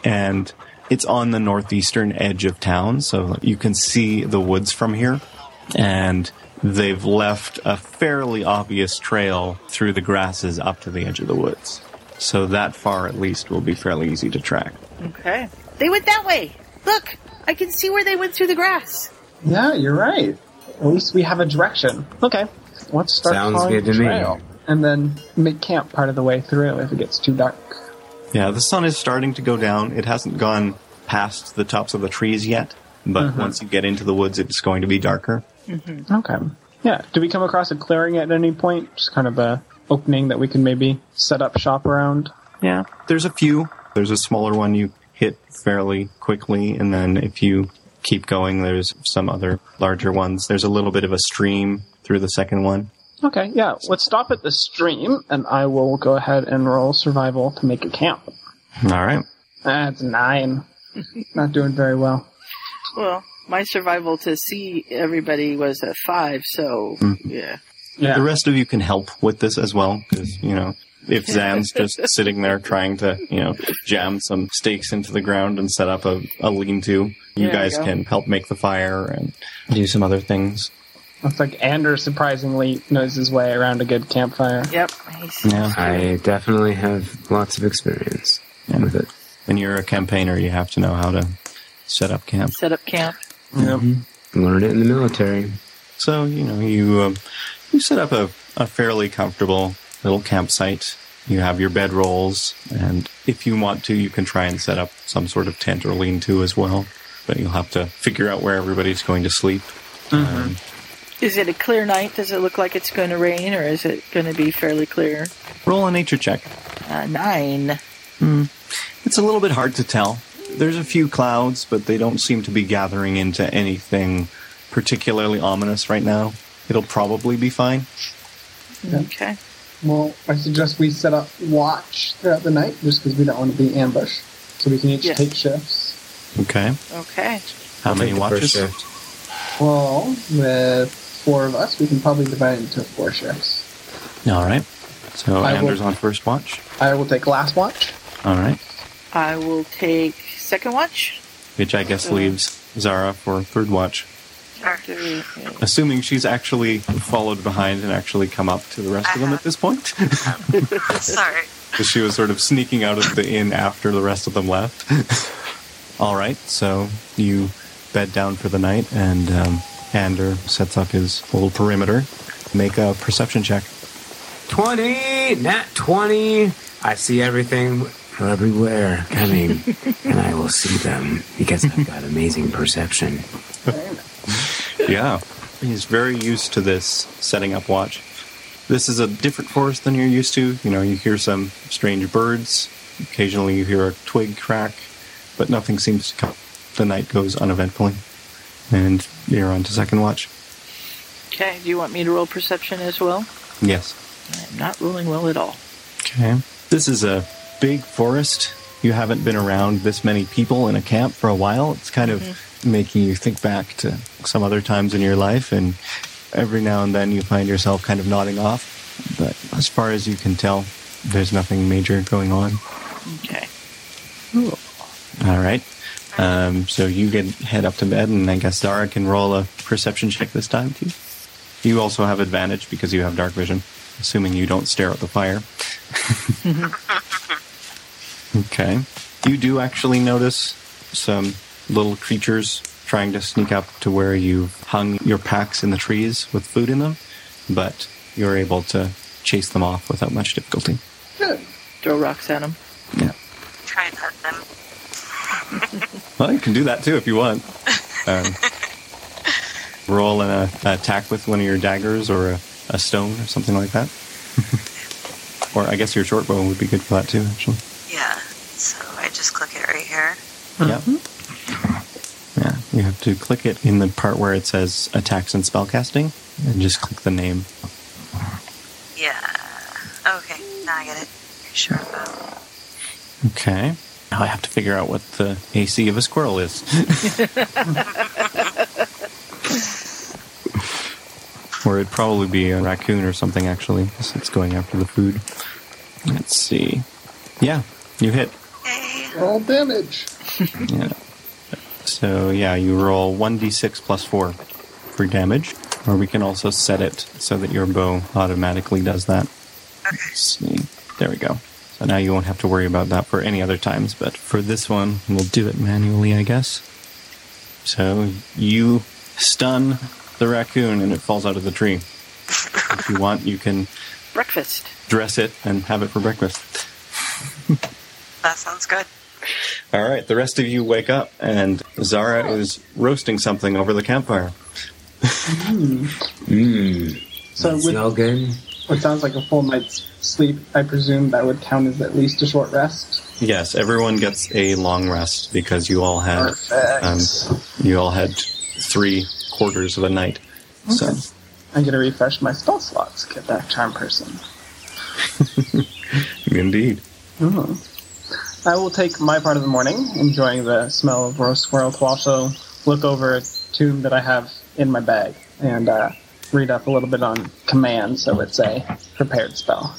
[SPEAKER 10] And it's on the northeastern edge of town, so you can see the woods from here. And they've left a fairly obvious trail through the grasses up to the edge of the woods. So that far at least will be fairly easy to track.
[SPEAKER 2] okay. They went that way. Look, I can see where they went through the grass.
[SPEAKER 4] Yeah, you're right. At least we have a direction. Okay. Let's start
[SPEAKER 12] Sounds
[SPEAKER 4] following
[SPEAKER 12] good
[SPEAKER 4] the
[SPEAKER 12] to me.
[SPEAKER 4] trail, and then make camp part of the way through if it gets too dark.
[SPEAKER 10] Yeah, the sun is starting to go down. It hasn't gone past the tops of the trees yet, but once you get into the woods, it's going to be darker.
[SPEAKER 4] Okay. Yeah. Do we come across a clearing at any point? Just kind of a opening that we can maybe set up shop around.
[SPEAKER 10] Yeah, there's a few. There's a smaller one you hit fairly quickly, and then if you keep going, there's some other larger ones. There's a little bit of a stream through the second one.
[SPEAKER 4] Okay. Yeah. Let's stop at the stream, and I will go ahead and roll survival to make a camp.
[SPEAKER 10] All right.
[SPEAKER 4] That's nine. Not doing very well.
[SPEAKER 2] Well, my survival to see everybody was a five, so
[SPEAKER 10] Hmm.
[SPEAKER 2] yeah.
[SPEAKER 4] Yeah.
[SPEAKER 10] The rest of you can help with this as well, because, you know, if Zam's just sitting there trying to, you know, jam some stakes into the ground and set up a, a lean to, you
[SPEAKER 2] There we
[SPEAKER 10] guys
[SPEAKER 2] go.
[SPEAKER 10] can help make the fire and do some other things.
[SPEAKER 4] Looks like Anders surprisingly knows his way around a good campfire.
[SPEAKER 2] Yep. He's-
[SPEAKER 10] Yeah.
[SPEAKER 12] I definitely have lots of experience with it.
[SPEAKER 10] When you're a campaigner, you have to know how to set up camp.
[SPEAKER 2] Set up camp.
[SPEAKER 12] Learned it in the military.
[SPEAKER 10] So you know you um, you set up a, a fairly comfortable little campsite. You have your bed rolls, and if you want to, you can try and set up some sort of tent or lean-to as well. But you'll have to figure out where everybody's going to sleep. Um,
[SPEAKER 2] Is it a clear night? Does it look like it's going to rain, or is it going to be fairly clear?
[SPEAKER 10] roll a nature check.
[SPEAKER 2] Uh, nine.
[SPEAKER 10] It's a little bit hard to tell. There's a few clouds, but they don't seem to be gathering into anything particularly ominous right now. It'll probably be fine.
[SPEAKER 2] Okay.
[SPEAKER 4] Well, I suggest we set up watch throughout the night just because we don't want to be ambushed. So we can each
[SPEAKER 2] Yeah.
[SPEAKER 4] take shifts.
[SPEAKER 10] Okay.
[SPEAKER 2] Okay.
[SPEAKER 10] How many
[SPEAKER 12] Take the first
[SPEAKER 10] watches?
[SPEAKER 12] shift.
[SPEAKER 4] Well, with four of us, we can probably divide into four shifts.
[SPEAKER 10] All right. So
[SPEAKER 4] I will-
[SPEAKER 10] Anders on first watch.
[SPEAKER 4] I will take last watch.
[SPEAKER 10] All right.
[SPEAKER 2] I will take second watch.
[SPEAKER 10] which I guess
[SPEAKER 4] Uh-huh.
[SPEAKER 2] Mm.
[SPEAKER 10] leaves Zara for third watch,
[SPEAKER 2] Three.
[SPEAKER 10] assuming she's actually followed behind and actually come up to the rest
[SPEAKER 4] Uh-huh.
[SPEAKER 10] of them at this point,
[SPEAKER 7] Sorry.
[SPEAKER 10] because she was sort of sneaking out of the inn after the rest of them left. All right, so you bed down for the night, and um, Ander sets up his little perimeter. Make a perception check.
[SPEAKER 12] 20, nat 20, I see everything from everywhere coming, and I will see them because I've got amazing perception.
[SPEAKER 10] Yeah. He's very used to this setting up watch. This is a different forest than you're used to. You know, you hear some strange birds. Occasionally you hear a twig crack, but nothing seems to come. The night goes uneventfully, and you're on to second watch.
[SPEAKER 2] Okay, do you want me to roll perception as well?
[SPEAKER 10] Yes.
[SPEAKER 2] I'm not rolling well at all.
[SPEAKER 10] Okay. This is a big forest. You haven't been around this many people in a camp for a while. It's kind of making you think back to some other times in your life, and every now and then you find yourself kind of nodding off. But as far as you can tell, there's nothing major going on.
[SPEAKER 2] Okay.
[SPEAKER 10] All right. Um, so you can head up to bed, and I guess Zara can roll a perception check this time too. You also have advantage because you have dark vision, assuming you don't stare at the fire. okay. You do actually notice some little creatures trying to sneak up to where you've hung your packs in the trees with food in them, but you're able to chase them off without much difficulty.
[SPEAKER 2] Throw rocks at him.
[SPEAKER 10] Yeah.
[SPEAKER 7] Try to hug them.
[SPEAKER 10] Well, you can do that too if you want. Um, roll an uh, attack with one of your daggers or a, a stone or something like that. or I guess your short bow would be good for that too, actually.
[SPEAKER 7] Yeah. So I just click it right here.
[SPEAKER 10] Yeah. Yeah. You have to click it in the part where it says attacks and spellcasting and just click the name.
[SPEAKER 7] Yeah. Okay. Now I get it. Sure. Bow.
[SPEAKER 10] Okay. Now I have to figure out what the AC of a squirrel is. or it'd probably be a raccoon or something, actually, since it's going after the food. Let's see. Yeah, you hit.
[SPEAKER 7] Hey.
[SPEAKER 3] All damage.
[SPEAKER 10] Yeah. So, yeah, you roll 1d6 plus 4 for damage, or we can also set it so that your bow automatically does that. Let's see. There we go. So now you won't have to worry about that for any other times, but for this one, we'll do it manually, I guess. So you stun the raccoon and it falls out of the tree. if you want, you can
[SPEAKER 2] Breakfast.
[SPEAKER 10] dress it and have it for breakfast.
[SPEAKER 7] That sounds good.
[SPEAKER 10] All right, the rest of you wake up, and Zara is roasting something over the campfire.
[SPEAKER 4] So
[SPEAKER 12] It's
[SPEAKER 4] with
[SPEAKER 12] all good.
[SPEAKER 4] what sounds like a full night's sleep, I presume that would count as at least a short rest.
[SPEAKER 10] Yes, everyone gets a long rest because you all had um, you all had three quarters of a night. So
[SPEAKER 4] I'm gonna refresh my spell slots. Get that charm person.
[SPEAKER 10] indeed,
[SPEAKER 4] I will take my part of the morning, enjoying the smell of roast squirrel, to also look over a tome that I have in my bag and uh, read up a little bit on command, so it's a prepared spell.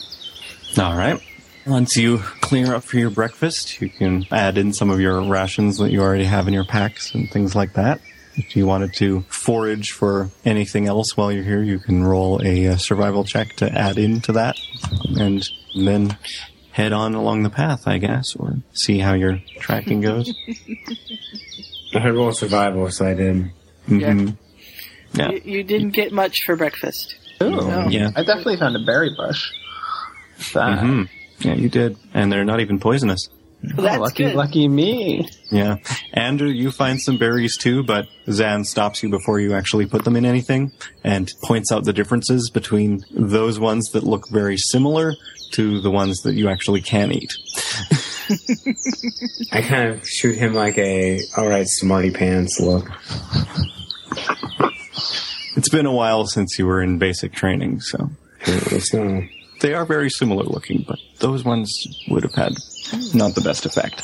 [SPEAKER 10] all right. Once you clear up for your breakfast, you can add in some of your rations that you already have in your packs and things like that. If you wanted to forage for anything else while you're here, you can roll a uh, survival check to add into that, and then head on along the path, I guess, or see how your tracking goes.
[SPEAKER 6] I rolled survival, so I did.
[SPEAKER 10] Mhm. Yeah.
[SPEAKER 2] You, you didn't get much for breakfast.
[SPEAKER 4] Ooh,
[SPEAKER 2] Oh,
[SPEAKER 10] Yeah.
[SPEAKER 4] I definitely found a berry bush. That,
[SPEAKER 10] Mhm. Yeah, you did. And they're not even poisonous.
[SPEAKER 2] Well, that's
[SPEAKER 4] Oh, lucky,
[SPEAKER 2] good.
[SPEAKER 4] lucky me.
[SPEAKER 10] Yeah. Andrew, you find some berries too, but Zan stops you before you actually put them in anything and points out the differences between those ones that look very similar to the ones that you actually can eat.
[SPEAKER 6] I kind of shoot him like a all right, smarty pants look.
[SPEAKER 10] It's been a while since you were in basic training, so
[SPEAKER 6] It's
[SPEAKER 10] Um,
[SPEAKER 6] not.
[SPEAKER 10] they are very similar looking, but those ones would have had not the best effect.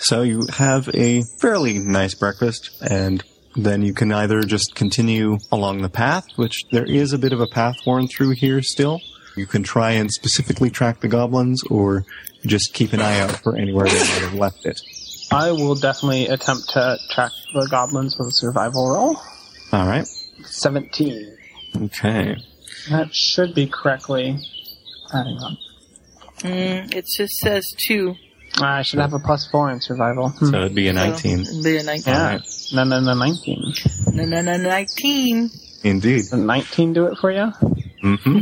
[SPEAKER 10] So you have a fairly nice breakfast, and then you can either just continue along the path, which there is a bit of a path worn through here still. You can try and specifically track the goblins, or just keep an eye out for anywhere they might have left it.
[SPEAKER 4] I will definitely attempt to track the goblins with a survival roll.
[SPEAKER 10] All right.
[SPEAKER 4] 17.
[SPEAKER 10] Okay.
[SPEAKER 4] That should be correctly adding up.
[SPEAKER 2] Mm, it just says two.
[SPEAKER 4] Ah, I should have a plus 4 in survival. Hmm.
[SPEAKER 10] So it'd be a
[SPEAKER 2] so
[SPEAKER 10] 19.
[SPEAKER 2] it'd be a 19.
[SPEAKER 4] Yeah. No, no, no, 19.
[SPEAKER 2] No, no, no, 19.
[SPEAKER 10] Indeed.
[SPEAKER 4] Does 19 do it for you?
[SPEAKER 10] hmm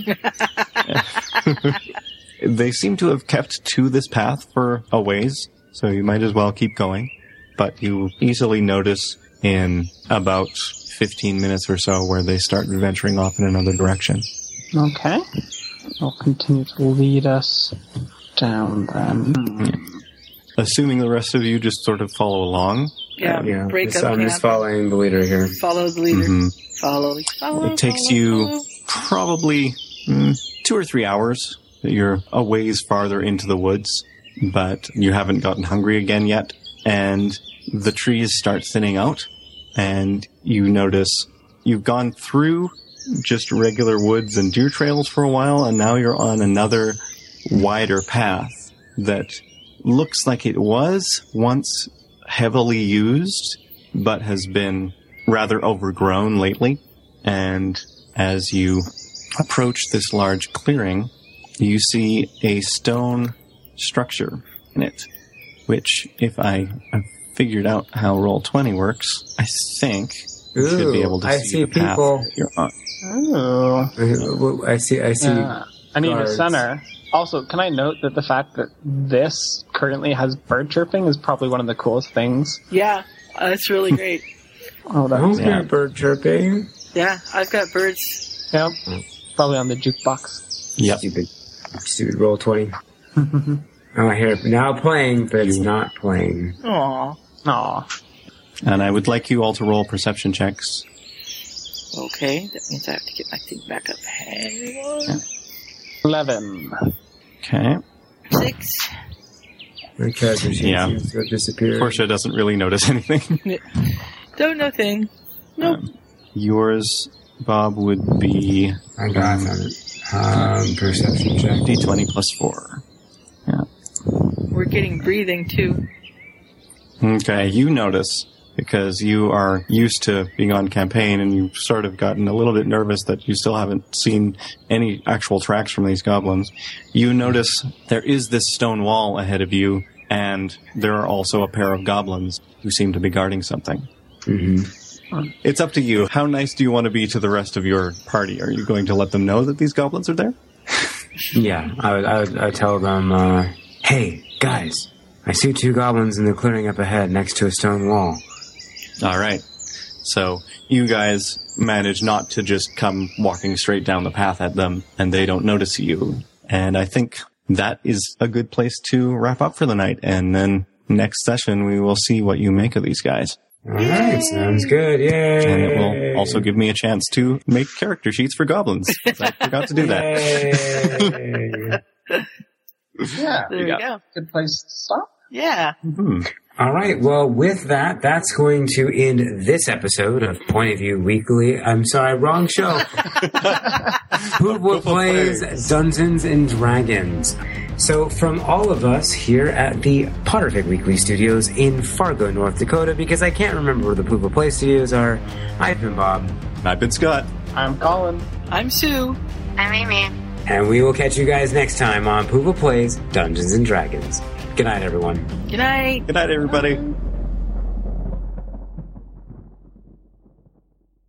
[SPEAKER 10] They seem to have kept to this path for a ways, so you might as well keep going. But you easily notice in about 15 minutes or so where they start venturing off in another direction.
[SPEAKER 4] Okay. They'll continue to lead us down then.
[SPEAKER 10] Assuming the rest of you just sort of follow along,
[SPEAKER 2] Yeah,
[SPEAKER 6] Yeah.
[SPEAKER 2] break
[SPEAKER 6] So
[SPEAKER 2] up
[SPEAKER 6] I'm
[SPEAKER 2] camp.
[SPEAKER 6] just following the leader here.
[SPEAKER 2] Follow the leader. Follow, follow.
[SPEAKER 10] It takes
[SPEAKER 2] follow,
[SPEAKER 10] you
[SPEAKER 2] follow.
[SPEAKER 10] probably mm, two or three hours. You're a ways farther into the woods, but you haven't gotten hungry again yet. And the trees start thinning out, and you notice you've gone through just regular woods and deer trails for a while, and now you're on another wider path that looks like it was once heavily used, but has been rather overgrown lately. And as you approach this large clearing, you see a stone structure in it, which, if I have figured out how Roll20 works, I think you should be
[SPEAKER 6] Ooh,
[SPEAKER 10] able to
[SPEAKER 6] I
[SPEAKER 10] see,
[SPEAKER 6] see
[SPEAKER 10] the path
[SPEAKER 6] people.
[SPEAKER 10] that you're on.
[SPEAKER 4] Oh.
[SPEAKER 6] Uh, I see. I see.
[SPEAKER 4] Yeah. I need
[SPEAKER 6] guards.
[SPEAKER 4] a center. Also, can I note that the fact that this currently has bird chirping is probably one of the coolest things?
[SPEAKER 2] Yeah, uh, that's really great.
[SPEAKER 4] Oh,
[SPEAKER 6] Don't
[SPEAKER 4] that's
[SPEAKER 6] be a bird chirping.
[SPEAKER 2] yeah, I've got birds.
[SPEAKER 4] yep. Probably on the jukebox.
[SPEAKER 10] Yep.
[SPEAKER 6] Stupid. Stupid roll 20. oh, here. Now playing, but it's not playing.
[SPEAKER 2] Aw.
[SPEAKER 4] Aw.
[SPEAKER 10] And I would like you all to roll perception checks.
[SPEAKER 2] Okay, that means I have to get my thing back up. Hang on.
[SPEAKER 4] Eleven.
[SPEAKER 10] Okay.
[SPEAKER 2] Six.
[SPEAKER 6] My character sheet
[SPEAKER 10] Yeah.
[SPEAKER 6] seems to have disappeared.
[SPEAKER 10] Portia doesn't really notice anything.
[SPEAKER 2] Don't nothing. Nope.
[SPEAKER 10] Yours, Bob, would be
[SPEAKER 6] I got it. I found it. Um, perception check.
[SPEAKER 10] d20 plus 4.
[SPEAKER 2] We're getting breathing too.
[SPEAKER 10] Okay, you notice because you are used to being on campaign and you've sort of gotten a little bit nervous that you still haven't seen any actual tracks from these goblins. You notice there is this stone wall ahead of you and there are also a pair of goblins who seem to be guarding something. It's up to you. How nice do you want to be to the rest of your party? Are you going to let them know that these goblins are there?
[SPEAKER 6] Yeah, I would, I would I tell them, uh, hey, guys, I see two goblins in the clearing up ahead next to a stone wall.
[SPEAKER 10] All right. So you guys manage not to just come walking straight down the path at them and they don't notice you. And I think that is a good place to wrap up for the night. And then next session, we will see what you make of these guys.
[SPEAKER 6] Alright, sounds good.
[SPEAKER 10] And
[SPEAKER 6] Yay!
[SPEAKER 10] it will also give me a chance to make character sheets for goblins. 'cause I forgot to do that.
[SPEAKER 6] Yay!
[SPEAKER 4] Yeah.
[SPEAKER 2] There we go.
[SPEAKER 4] Good place to stop.
[SPEAKER 2] Yeah.
[SPEAKER 10] Hmm.
[SPEAKER 6] All right. Well, with that, that's going to end this episode of Point of View Weekly. I'm sorry, wrong show. Who plays Dungeons and Dragons? So, from all of us here at the Potterfic Weekly Studios in Fargo, North Dakota, because I can't remember where the Poopa Play Studios are, I've been Bob,
[SPEAKER 10] I've been Scott.
[SPEAKER 4] I'm Colin.
[SPEAKER 2] I'm Sue.
[SPEAKER 7] I'm Amy.
[SPEAKER 6] and we will catch you guys next time on Poopa Plays Dungeons and Dragons. Good night, everyone.
[SPEAKER 2] Good night.
[SPEAKER 10] Good night, everybody.